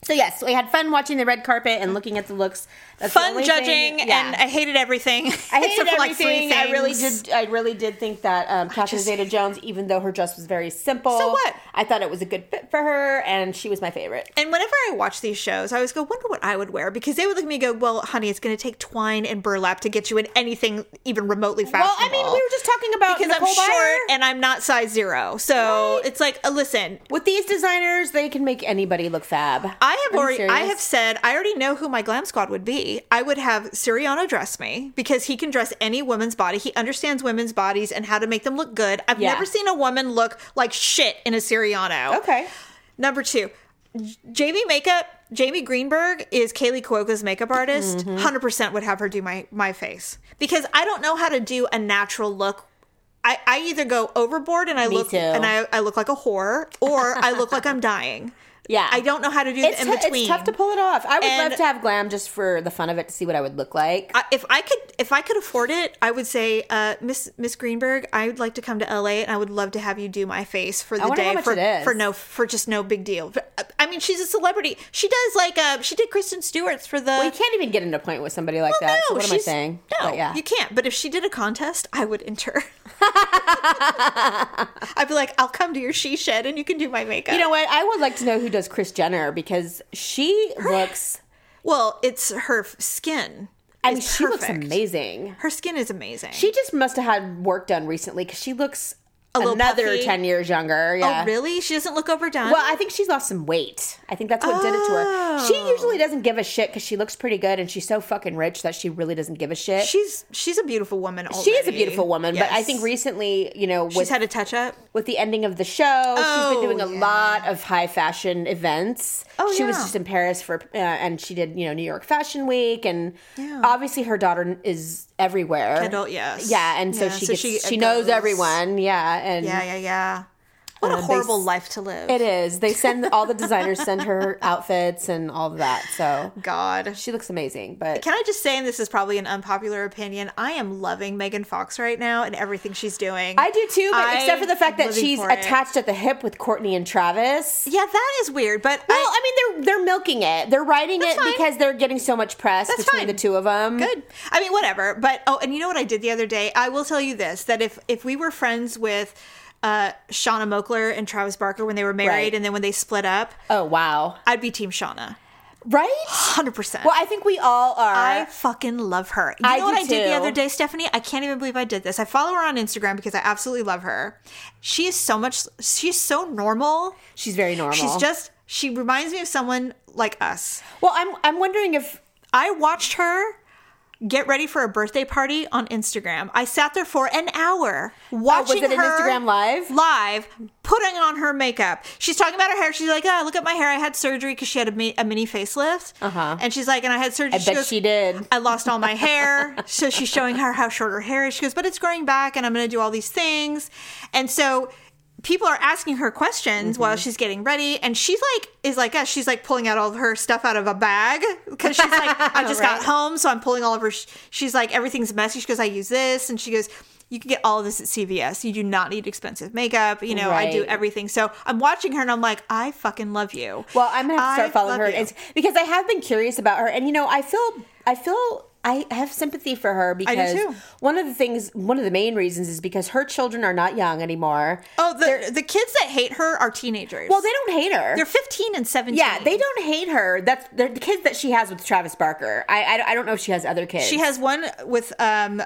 Speaker 2: So yes, we had fun watching the red carpet and looking at the looks. That's the
Speaker 1: fun
Speaker 2: only
Speaker 1: judging,
Speaker 2: thing- yeah.
Speaker 1: and I hated everything.
Speaker 2: I hated
Speaker 1: Except for, like, three
Speaker 2: everything. I really
Speaker 1: things.
Speaker 2: did. I really did think that um, Catherine
Speaker 1: just-
Speaker 2: Zeta-Jones, even though her dress was very simple,
Speaker 1: So what?
Speaker 2: I thought it was a good fit for her, and she was my favorite.
Speaker 1: And whenever I watch these shows, I always go, wonder what I would wear because they would look at me and go, well, honey, it's going to take twine and burlap to get you in anything even remotely fashionable.
Speaker 2: Well, I mean, we were just talking about
Speaker 1: because
Speaker 2: Nicole
Speaker 1: I'm short
Speaker 2: Byer.
Speaker 1: and I'm not size zero. So it's like, uh, listen,
Speaker 2: With these designers, they can make anybody look fab.
Speaker 1: I have
Speaker 2: I'm
Speaker 1: already, I
Speaker 2: serious.
Speaker 1: have said, I already know who my glam squad would be. I would have Siriano dress me because he can dress any woman's body. He understands women's bodies and how to make them look good. I've
Speaker 2: Yeah.
Speaker 1: never seen a woman look like shit in a Siriano.
Speaker 2: Okay.
Speaker 1: Number two, J- Jamie makeup. Jamie Greenberg is Kaylee Cuoco's makeup artist.
Speaker 2: Mm-hmm.
Speaker 1: 100 percent would have her do my my face because I don't know how to do a natural look. I, I either go overboard and I look
Speaker 2: too.
Speaker 1: and I, I look like a whore or I look like I'm dying.
Speaker 2: Yeah.
Speaker 1: I don't know how to do
Speaker 2: It's,
Speaker 1: the in
Speaker 2: tou-
Speaker 1: between.
Speaker 2: it's tough to pull it off. I would
Speaker 1: And-
Speaker 2: love to have glam just for the fun of it to see what I would look like.
Speaker 1: I- if I could, if I could afford it, I would say, uh, Miss Miss Greenberg, I would like to come to LA, and I would love to have you do my face for the
Speaker 2: wonder how
Speaker 1: day
Speaker 2: much
Speaker 1: for
Speaker 2: it is.
Speaker 1: for no for just no big deal. uh, I mean, she's a celebrity. She does like uh, she did Kristen Stewart's for the.
Speaker 2: Well, you can't even get an appointment with somebody like that. so what am I
Speaker 1: she's-
Speaker 2: saying?
Speaker 1: No,
Speaker 2: But yeah.
Speaker 1: you can't. But if she did a contest, I would enter. I'd be like, I'll come to your she shed, and you can do my makeup.
Speaker 2: You know what? I would like to know who does Chris Jenner because she looks.
Speaker 1: well, it's her f- skin.
Speaker 2: I mean,
Speaker 1: It's
Speaker 2: she looks
Speaker 1: perfect.
Speaker 2: amazing.
Speaker 1: Her skin is amazing.
Speaker 2: She just must have had work done recently because she looks
Speaker 1: little
Speaker 2: another
Speaker 1: puffy.
Speaker 2: ten years younger. Yeah.
Speaker 1: oh really? She doesn't look overdone.
Speaker 2: Well, I think she's lost some weight. I think that's what did it to her.
Speaker 1: Oh.
Speaker 2: She usually doesn't give a shit because she looks pretty good and she's so fucking rich that she really doesn't give a shit. She,
Speaker 1: She's she's a beautiful woman. Already.
Speaker 2: is a beautiful woman, but I
Speaker 1: Yes.
Speaker 2: think recently, you know,
Speaker 1: she's
Speaker 2: with Mm-hmm.
Speaker 1: had a touch up.
Speaker 2: with the ending of the show, she's
Speaker 1: Oh,
Speaker 2: been doing a
Speaker 1: yeah.
Speaker 2: lot of high fashion events.
Speaker 1: Oh,
Speaker 2: she was
Speaker 1: yeah.
Speaker 2: just in Paris for, uh, and she did you know New York Fashion Week, and
Speaker 1: Yeah.
Speaker 2: obviously her daughter is everywhere.
Speaker 1: Kendall, yes.
Speaker 2: yeah, and so
Speaker 1: Yeah,
Speaker 2: she
Speaker 1: so
Speaker 2: gets, she,
Speaker 1: she
Speaker 2: knows
Speaker 1: goes-
Speaker 2: everyone. Yeah, and
Speaker 1: Yeah, yeah, yeah. What a
Speaker 2: Uh, they
Speaker 1: horrible
Speaker 2: s-
Speaker 1: life to live.
Speaker 2: it is. They send all the designers send her outfits and all of that. So
Speaker 1: God.
Speaker 2: she looks amazing, but
Speaker 1: Can I just say, and this is probably an unpopular opinion, I am loving Megan Fox right now and everything she's doing.
Speaker 2: I do too. But
Speaker 1: I
Speaker 2: except for the fact
Speaker 1: am
Speaker 2: that
Speaker 1: living
Speaker 2: she's
Speaker 1: for it.
Speaker 2: attached at the hip with Courtney and Travis.
Speaker 1: Yeah, that is weird, but
Speaker 2: Well, I, mean, they're they're milking it. They're writing it
Speaker 1: fine.
Speaker 2: because they're getting so much press between
Speaker 1: fine.
Speaker 2: the two of them.
Speaker 1: I, good. I mean, whatever. But oh, and you know what I did the other day? I will tell you this: that if if we were friends with uh Shauna Mokler and Travis Barker when they were married,
Speaker 2: Right.
Speaker 1: and then when they split up,
Speaker 2: Oh wow!
Speaker 1: I'd be Team Shauna,
Speaker 2: Right?
Speaker 1: hundred percent.
Speaker 2: Well, I think we all are.
Speaker 1: I fucking love her. You
Speaker 2: I
Speaker 1: know what
Speaker 2: do
Speaker 1: I did
Speaker 2: too.
Speaker 1: the other day, Stephanie? I can't even believe I did this. I follow her on Instagram because I absolutely love her. She is so much. She's so normal.
Speaker 2: she's very normal.
Speaker 1: She's just. She reminds me of someone like us.
Speaker 2: Well, I'm I'm wondering if
Speaker 1: I watched her. get ready for a birthday party on Instagram. I sat there for an hour watching
Speaker 2: Oh, it an
Speaker 1: her
Speaker 2: Instagram Live?
Speaker 1: live putting on her makeup. She's talking about her hair. She's like, "Oh, look at my hair. I had surgery because she had a, mi- a mini facelift."
Speaker 2: Uh-huh.
Speaker 1: And she's like, "And I had surgery."
Speaker 2: I bet she did.
Speaker 1: I lost all my hair. so she's showing her how short her hair is. She goes, but it's growing back and I'm going to do all these things. And so people are asking her questions while
Speaker 2: Mm-hmm.
Speaker 1: she's getting ready. And she's like, is like us. She's like pulling out all of her stuff out of a bag because she's like, I just got
Speaker 2: Right.
Speaker 1: home. So I'm pulling all of her. sh- She's like, everything's messy. She goes, I use this. And she goes, you can get all of this at CVS. You do not need expensive makeup. You know, I do
Speaker 2: Right.
Speaker 1: everything. So I'm watching her and I'm like, I fucking love you.
Speaker 2: Well, I'm gonna have to start
Speaker 1: I
Speaker 2: following
Speaker 1: love
Speaker 2: her on
Speaker 1: you.
Speaker 2: Inst- because I have been curious about her, and you know, I feel, I feel, I have sympathy for her because
Speaker 1: too.
Speaker 2: one of the things, one of the main reasons is because her children are not young anymore.
Speaker 1: Oh, the, the kids that hate her are teenagers.
Speaker 2: Well, they don't hate her.
Speaker 1: They're 15 and 17.
Speaker 2: yeah, they don't hate her. That's they're the kids that she has with Travis Barker. I, I, I don't know if she has other kids.
Speaker 1: She has one with um uh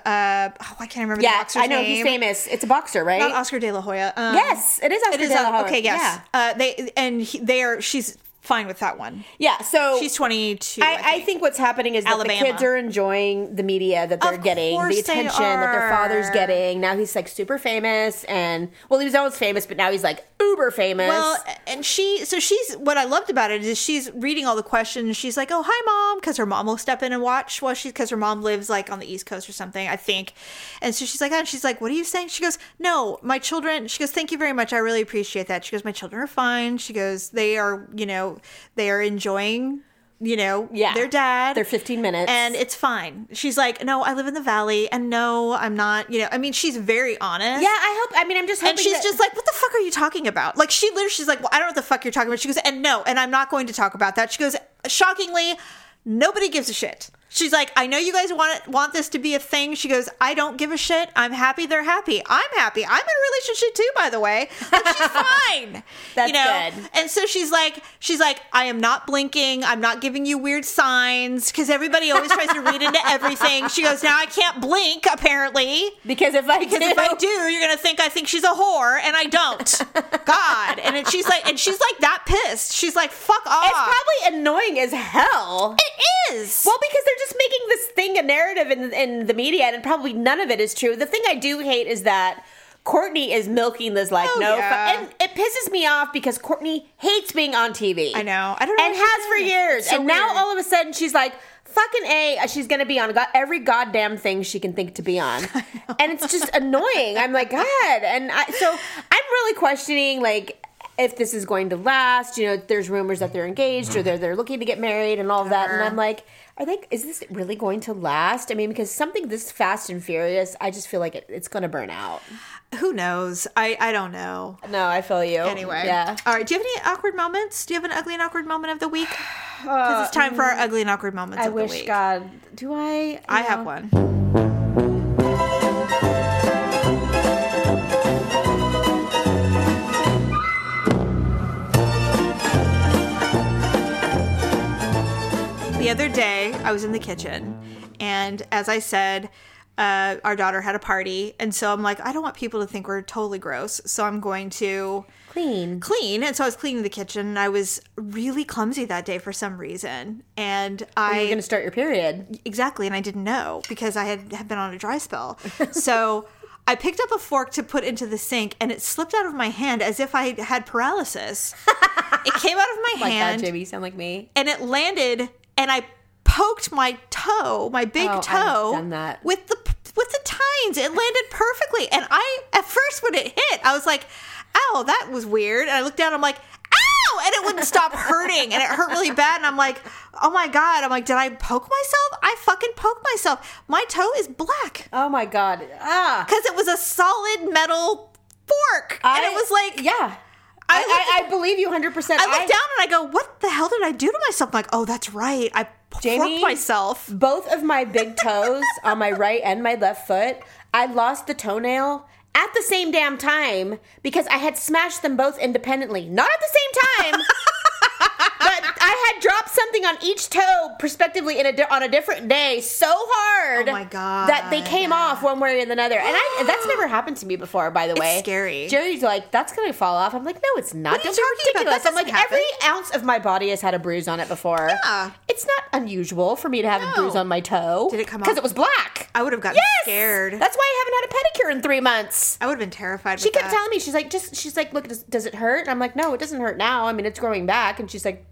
Speaker 1: oh I can't remember the
Speaker 2: yeah,
Speaker 1: boxer's
Speaker 2: I know
Speaker 1: name.
Speaker 2: he's famous. It's a boxer, right?
Speaker 1: Not Oscar De La Hoya. Um,
Speaker 2: Yes, it is Oscar De La Hoya.
Speaker 1: Okay, yes. Uh, they and he, they are. She's fine with that one.
Speaker 2: yeah. So
Speaker 1: She's 22.
Speaker 2: I, I think. what's happening is that
Speaker 1: Alabama.
Speaker 2: the kids are enjoying the media that they're
Speaker 1: Of
Speaker 2: getting,
Speaker 1: course
Speaker 2: the
Speaker 1: they
Speaker 2: attention that their father's
Speaker 1: are.
Speaker 2: getting. Now he's like super famous, and well, he was always famous, but now he's like uber famous.
Speaker 1: Well, and she, so she's, what I loved about it is she's reading all the questions. She's like, oh, hi, mom, because her mom will step in and watch while she's, because her mom lives like on the East Coast or something, I think. And so she's like, and she's like, what are you saying? She goes, no, my children, she goes, thank you very much. I really appreciate that. She goes, my children are fine. She goes, they are, you know, they are enjoying, you know,
Speaker 2: Yeah.
Speaker 1: their dad.
Speaker 2: Their 15 minutes.
Speaker 1: And it's fine. She's like, no, I live in the valley. And no, I'm not, you know, I mean, she's very honest
Speaker 2: yeah, I hope. I mean, I'm just hoping
Speaker 1: and she's
Speaker 2: that-
Speaker 1: just like, "What the fuck are you talking about?" Like she literally, she's like, "Well, I don't know what the fuck you're talking about." She goes, "And no, and I'm not going to talk about that." She goes, "Shockingly, nobody gives a shit." She's like, "I know you guys want it, want this to be a thing." She goes, "I don't give a shit. I'm happy they're happy. I'm happy. I'm in a relationship too, by the way. Like, she's fine."
Speaker 2: That's
Speaker 1: you know?
Speaker 2: good.
Speaker 1: And so she's like, she's like, I am not blinking. I'm not giving you weird signs because everybody always tries to read into everything. She goes, now I can't blink apparently.
Speaker 2: because if I
Speaker 1: Because if I do, you're gonna think I think she's a whore, and I don't. God, and it, she's like, and she's like that pissed. She's like, fuck off.
Speaker 2: it's probably annoying as hell.
Speaker 1: it is.
Speaker 2: Well, because they're just making this thing a narrative in, in the media, and probably none of it is true. The thing I do hate is that Courtney is milking this like
Speaker 1: Oh,
Speaker 2: no, fu-
Speaker 1: yeah.
Speaker 2: and it pisses me off because Courtney hates being on TV.
Speaker 1: I know. I don't know
Speaker 2: and
Speaker 1: what
Speaker 2: has
Speaker 1: she's
Speaker 2: for
Speaker 1: doing.
Speaker 2: years.
Speaker 1: So
Speaker 2: and now
Speaker 1: weird.
Speaker 2: all of a sudden she's like. Fucking a, uh, she's gonna be on go- every goddamn thing she can think to be on, and it's just annoying. I'm like, God, and I, so I'm really questioning like if this is going to last. You know, there's rumors that they're engaged or they're they're looking to get married and all that, and I'm like, I think is this really going to last? I mean, because something this fast and furious, I just feel like it, it's gonna burn out.
Speaker 1: who knows? I I don't know.
Speaker 2: No, I feel you.
Speaker 1: Anyway,
Speaker 2: yeah.
Speaker 1: All right. Do you have any awkward moments? Do you have an ugly and awkward moment of the week? Because it's time for our ugly and awkward moments
Speaker 2: Um, I
Speaker 1: of the
Speaker 2: wish
Speaker 1: week.
Speaker 2: God. Do I?
Speaker 1: I
Speaker 2: no.
Speaker 1: have one. The other day, I was in the kitchen, and as I said, uh, our daughter had a party, and so I'm like, I don't want people to think we're totally gross, so I'm going to
Speaker 2: clean.
Speaker 1: clean. And so I was cleaning the kitchen, and I was really clumsy that day for some reason, and I
Speaker 2: You're gonna start your period.
Speaker 1: exactly and i didn't know because i had, had been on a dry spell so i picked up a fork to put into the sink and it slipped out of my hand as if i had paralysis it came out of my
Speaker 2: like
Speaker 1: hand
Speaker 2: that, Jamie. You sound like me.
Speaker 1: and it landed and i poked my toe my big
Speaker 2: Oh, I've
Speaker 1: toe
Speaker 2: done that.
Speaker 1: with the with the tines it landed perfectly and i at first when it hit i was like ow that was weird and i looked down i'm like ow and it wouldn't stop hurting and it hurt really bad and i'm like oh my god i'm like did i poke myself i fucking poked myself my toe is black
Speaker 2: Oh my god. Ah.
Speaker 1: because it was a solid metal fork and it was like
Speaker 2: yeah.
Speaker 1: I
Speaker 2: I
Speaker 1: looked-
Speaker 2: I, I believe you 100. percent
Speaker 1: I look down and I go, "What the hell did I do to myself?" I'm like, "Oh, that's right, I
Speaker 2: Jamie?
Speaker 1: forked myself."
Speaker 2: Both of my big toes on my right and my left foot. I lost the toenail at the same damn time because I had smashed them both independently, not at the same time. but I had dropped something on each toe, prospectively, in a di- on a different day, so hard.
Speaker 1: Oh my God.
Speaker 2: That they came off one way or the other, and I that's never happened to me before. By the way,
Speaker 1: scary.
Speaker 2: Jerry's like, "That's gonna fall off." I'm like, "No, it's not."
Speaker 1: What are you
Speaker 2: That's
Speaker 1: talking about? That
Speaker 2: ridiculous. I'm
Speaker 1: doesn't
Speaker 2: like,
Speaker 1: happen.
Speaker 2: every ounce of my body has had a bruise on it before.
Speaker 1: Yeah.
Speaker 2: it's not unusual for me to have a bruise on my toe.
Speaker 1: Did it come
Speaker 2: Because
Speaker 1: off?
Speaker 2: it was black.
Speaker 1: I would have gotten
Speaker 2: yes!
Speaker 1: scared.
Speaker 2: That's why I haven't had a pedicure in three months.
Speaker 1: I would have been terrified.
Speaker 2: She
Speaker 1: with
Speaker 2: kept
Speaker 1: that.
Speaker 2: telling me, she's like, just, she's like, look, does, does it hurt? And I'm like, no, it doesn't hurt now. I mean, it's growing back. And she's like,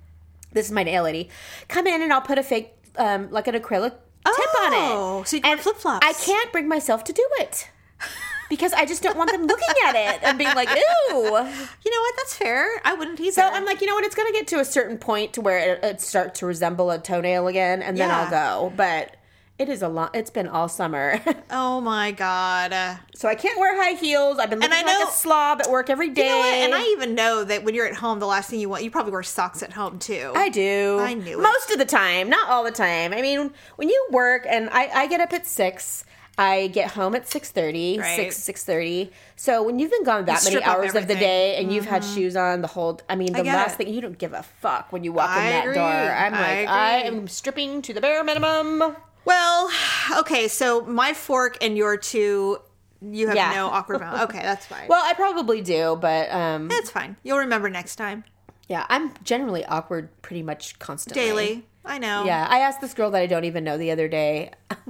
Speaker 2: this is my naility. Come in and I'll put a fake, um, like an acrylic tip on it.
Speaker 1: Oh, so you wear
Speaker 2: And
Speaker 1: flip-flops.
Speaker 2: I can't bring myself to do it because I just don't want them looking at it and being like, ew.
Speaker 1: You know what? That's fair. I wouldn't either.
Speaker 2: So I'm like, you know what? It's going to get to a certain point to where it, it start to resemble a toenail again, and then
Speaker 1: Yeah.
Speaker 2: I'll go. But it is a long. It's been all summer,
Speaker 1: oh my god. Uh,
Speaker 2: so I can't wear high heels. I've been
Speaker 1: And
Speaker 2: looking
Speaker 1: I
Speaker 2: like
Speaker 1: know-
Speaker 2: a slob at work every day.
Speaker 1: You know what? And
Speaker 2: Eh.
Speaker 1: I even know that when you're at home, the last thing you want, you probably wear socks at home too.
Speaker 2: I do.
Speaker 1: I knew it.
Speaker 2: Most of the time, not all the time. I mean, when you work, and I, I get up at six. I get home at 6.30,
Speaker 1: Right.
Speaker 2: 6, 6.30. So when you've been gone that many
Speaker 1: strip off
Speaker 2: hours of the
Speaker 1: everything. Mm-hmm.
Speaker 2: day and you've had shoes on the whole, I mean, the
Speaker 1: get
Speaker 2: last
Speaker 1: it.
Speaker 2: thing, you don't give a fuck when you walk
Speaker 1: I
Speaker 2: in that
Speaker 1: agree.
Speaker 2: door. I'm
Speaker 1: I
Speaker 2: like, I
Speaker 1: agree.
Speaker 2: am stripping to the bare minimum.
Speaker 1: Well, okay. So my fork and your two, you have
Speaker 2: Yeah.
Speaker 1: no awkward moment. Okay, that's fine.
Speaker 2: Well, I probably do, but um,
Speaker 1: that's fine. You'll remember next time.
Speaker 2: yeah, I'm generally awkward pretty much constantly.
Speaker 1: Daily. I know.
Speaker 2: Yeah, I asked this girl that I don't even know the other day.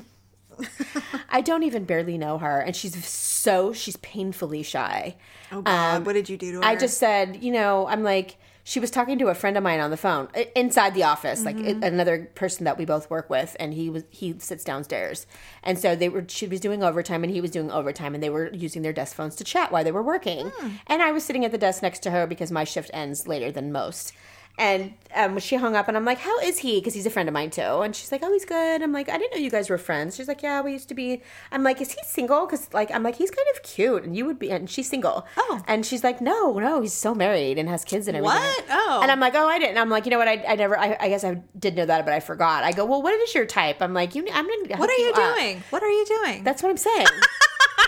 Speaker 2: I don't even barely know her, and she's so she's painfully shy.
Speaker 1: Oh God, what did you do to her?
Speaker 2: Um, I just said, you know, I'm like, she was talking to a friend of mine on the phone i- inside the office, like i another person that we both work with, and he was he sits downstairs, and so they were she was doing overtime and he was doing overtime, and they were using their desk phones to chat while they were working, and I was sitting at the desk next to her because my shift ends later than most. And um, she hung up, and I'm like, "How is he?" Because he's a friend of mine too. And she's like, "Oh, he's good." I'm like, "I didn't know you guys were friends." She's like, "Yeah, we used to be." I'm like, "Is he single?" Because like, I'm like, "He's kind of cute," and you would be. And she's single.
Speaker 1: Oh.
Speaker 2: And she's like, "No, no, he's so married and has kids and everything."
Speaker 1: What? Oh.
Speaker 2: And I'm like, "Oh, I didn't." I'm like, "You know what? I, I never. I, I guess I did know that, but I forgot." I go, "Well, what is your type?" I'm like, "You. I'm gonna.
Speaker 1: What
Speaker 2: hook
Speaker 1: are you
Speaker 2: up."
Speaker 1: doing? What are you doing?
Speaker 2: That's what I'm saying.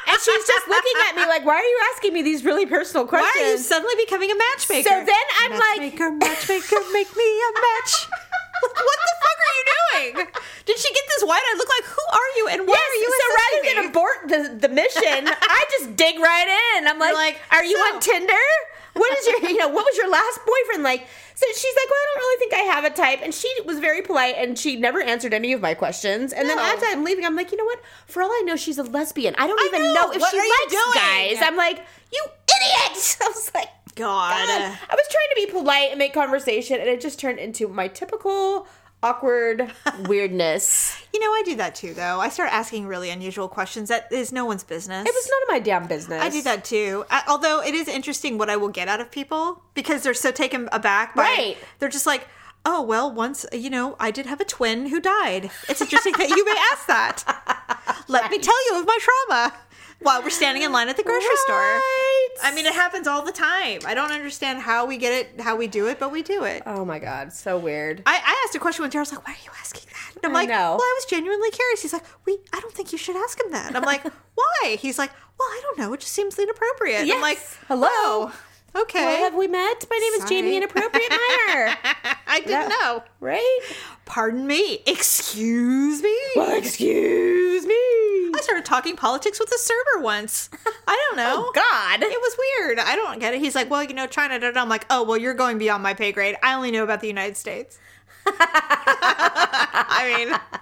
Speaker 2: and she's just looking at me like, "Why are you asking me these really personal
Speaker 1: Why
Speaker 2: questions?"
Speaker 1: are you suddenly becoming a matchmaker?
Speaker 2: So then I'm like-
Speaker 1: matchmaker, matchmaker, make me a match. what the fuck are you doing? Did she get this wide? I look like who are you and why
Speaker 2: Yes,
Speaker 1: are you
Speaker 2: so rather
Speaker 1: assisting
Speaker 2: than
Speaker 1: me?
Speaker 2: abort the, the mission, I just dig right in. I'm like,
Speaker 1: like,
Speaker 2: are you
Speaker 1: so-
Speaker 2: on Tinder? What is your, you know, what was your last boyfriend like? So she's like, well, I don't really think I have a type. And she was very polite and she never answered any of my questions. And
Speaker 1: No.
Speaker 2: then after I'm leaving, I'm like, you know what? For all I know, she's a lesbian. I don't even
Speaker 1: know.
Speaker 2: know, if
Speaker 1: What
Speaker 2: she
Speaker 1: are you
Speaker 2: likes
Speaker 1: doing?
Speaker 2: guys. I'm like, you idiot! I was like,
Speaker 1: God.
Speaker 2: God. I was trying to be polite and make conversation, and it just turned into my typical awkward weirdness.
Speaker 1: You know, I do that too, though. I start asking really unusual questions that is no one's business.
Speaker 2: It was none of my damn business.
Speaker 1: I do that too. I, although it is interesting what I will get out of people because they're so taken aback by
Speaker 2: Right.
Speaker 1: they're just like, "Oh, well, once, you know, I did have a twin who died." It's interesting that you may ask that. Let me tell you of my trauma while we're standing in line at the grocery store. I mean, it happens all the time. I don't understand how we get it, how we do it, but we do it.
Speaker 2: Oh my god, so weird.
Speaker 1: I, I asked a question one day. I was like, "Why are you asking that?" And I'm
Speaker 2: I
Speaker 1: like,
Speaker 2: know.
Speaker 1: "Well, I was genuinely curious." He's like, "We, I don't think you should ask him that." And I'm like, "Why?" He's like, "Well, I don't know. It just seems inappropriate." I'm
Speaker 2: Yes.
Speaker 1: like,
Speaker 2: Hello.
Speaker 1: "Whoa, okay."
Speaker 2: Well, have we met? My name is Jamie
Speaker 1: Sorry.
Speaker 2: Inappropriate Minor.
Speaker 1: I didn't know.
Speaker 2: right?
Speaker 1: Pardon me. Excuse me.
Speaker 2: excuse me.
Speaker 1: I started talking politics with a server once. I don't know.
Speaker 2: Oh, God.
Speaker 1: It was weird. I don't get it. He's like, well, you know, China. Da, da. I'm like, oh, well, you're going beyond my pay grade. I only know about the United States. I mean,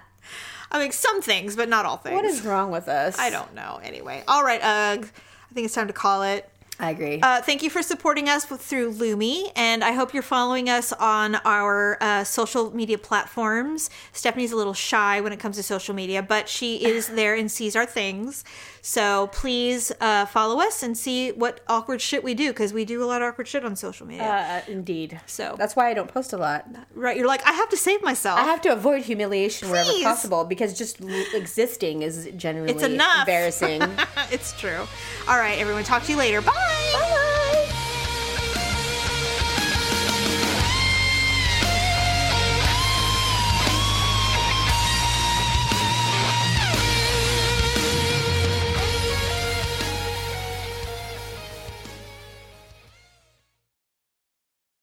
Speaker 1: I mean, some things, but not all things.
Speaker 2: What is wrong with us?
Speaker 1: I don't know. Anyway, all right, Ugg. I think it's time to call it.
Speaker 2: I agree.
Speaker 1: Uh, thank you for supporting us with, through Lumi, and I hope you're following us on our uh, social media platforms. Stephanie's a little shy when it comes to social media, but she is there and sees our things. So please uh, follow us and see what awkward shit we do because we do a lot of awkward shit on social media.
Speaker 2: Uh, indeed.
Speaker 1: So-
Speaker 2: that's why I don't post a lot.
Speaker 1: right? You're like, I have to save myself.
Speaker 2: I have to avoid humiliation wherever
Speaker 1: Please.
Speaker 2: possible because just l- existing is generally
Speaker 1: It's enough.
Speaker 2: embarrassing.
Speaker 1: it's true. All right, everyone. Talk to you later. Bye.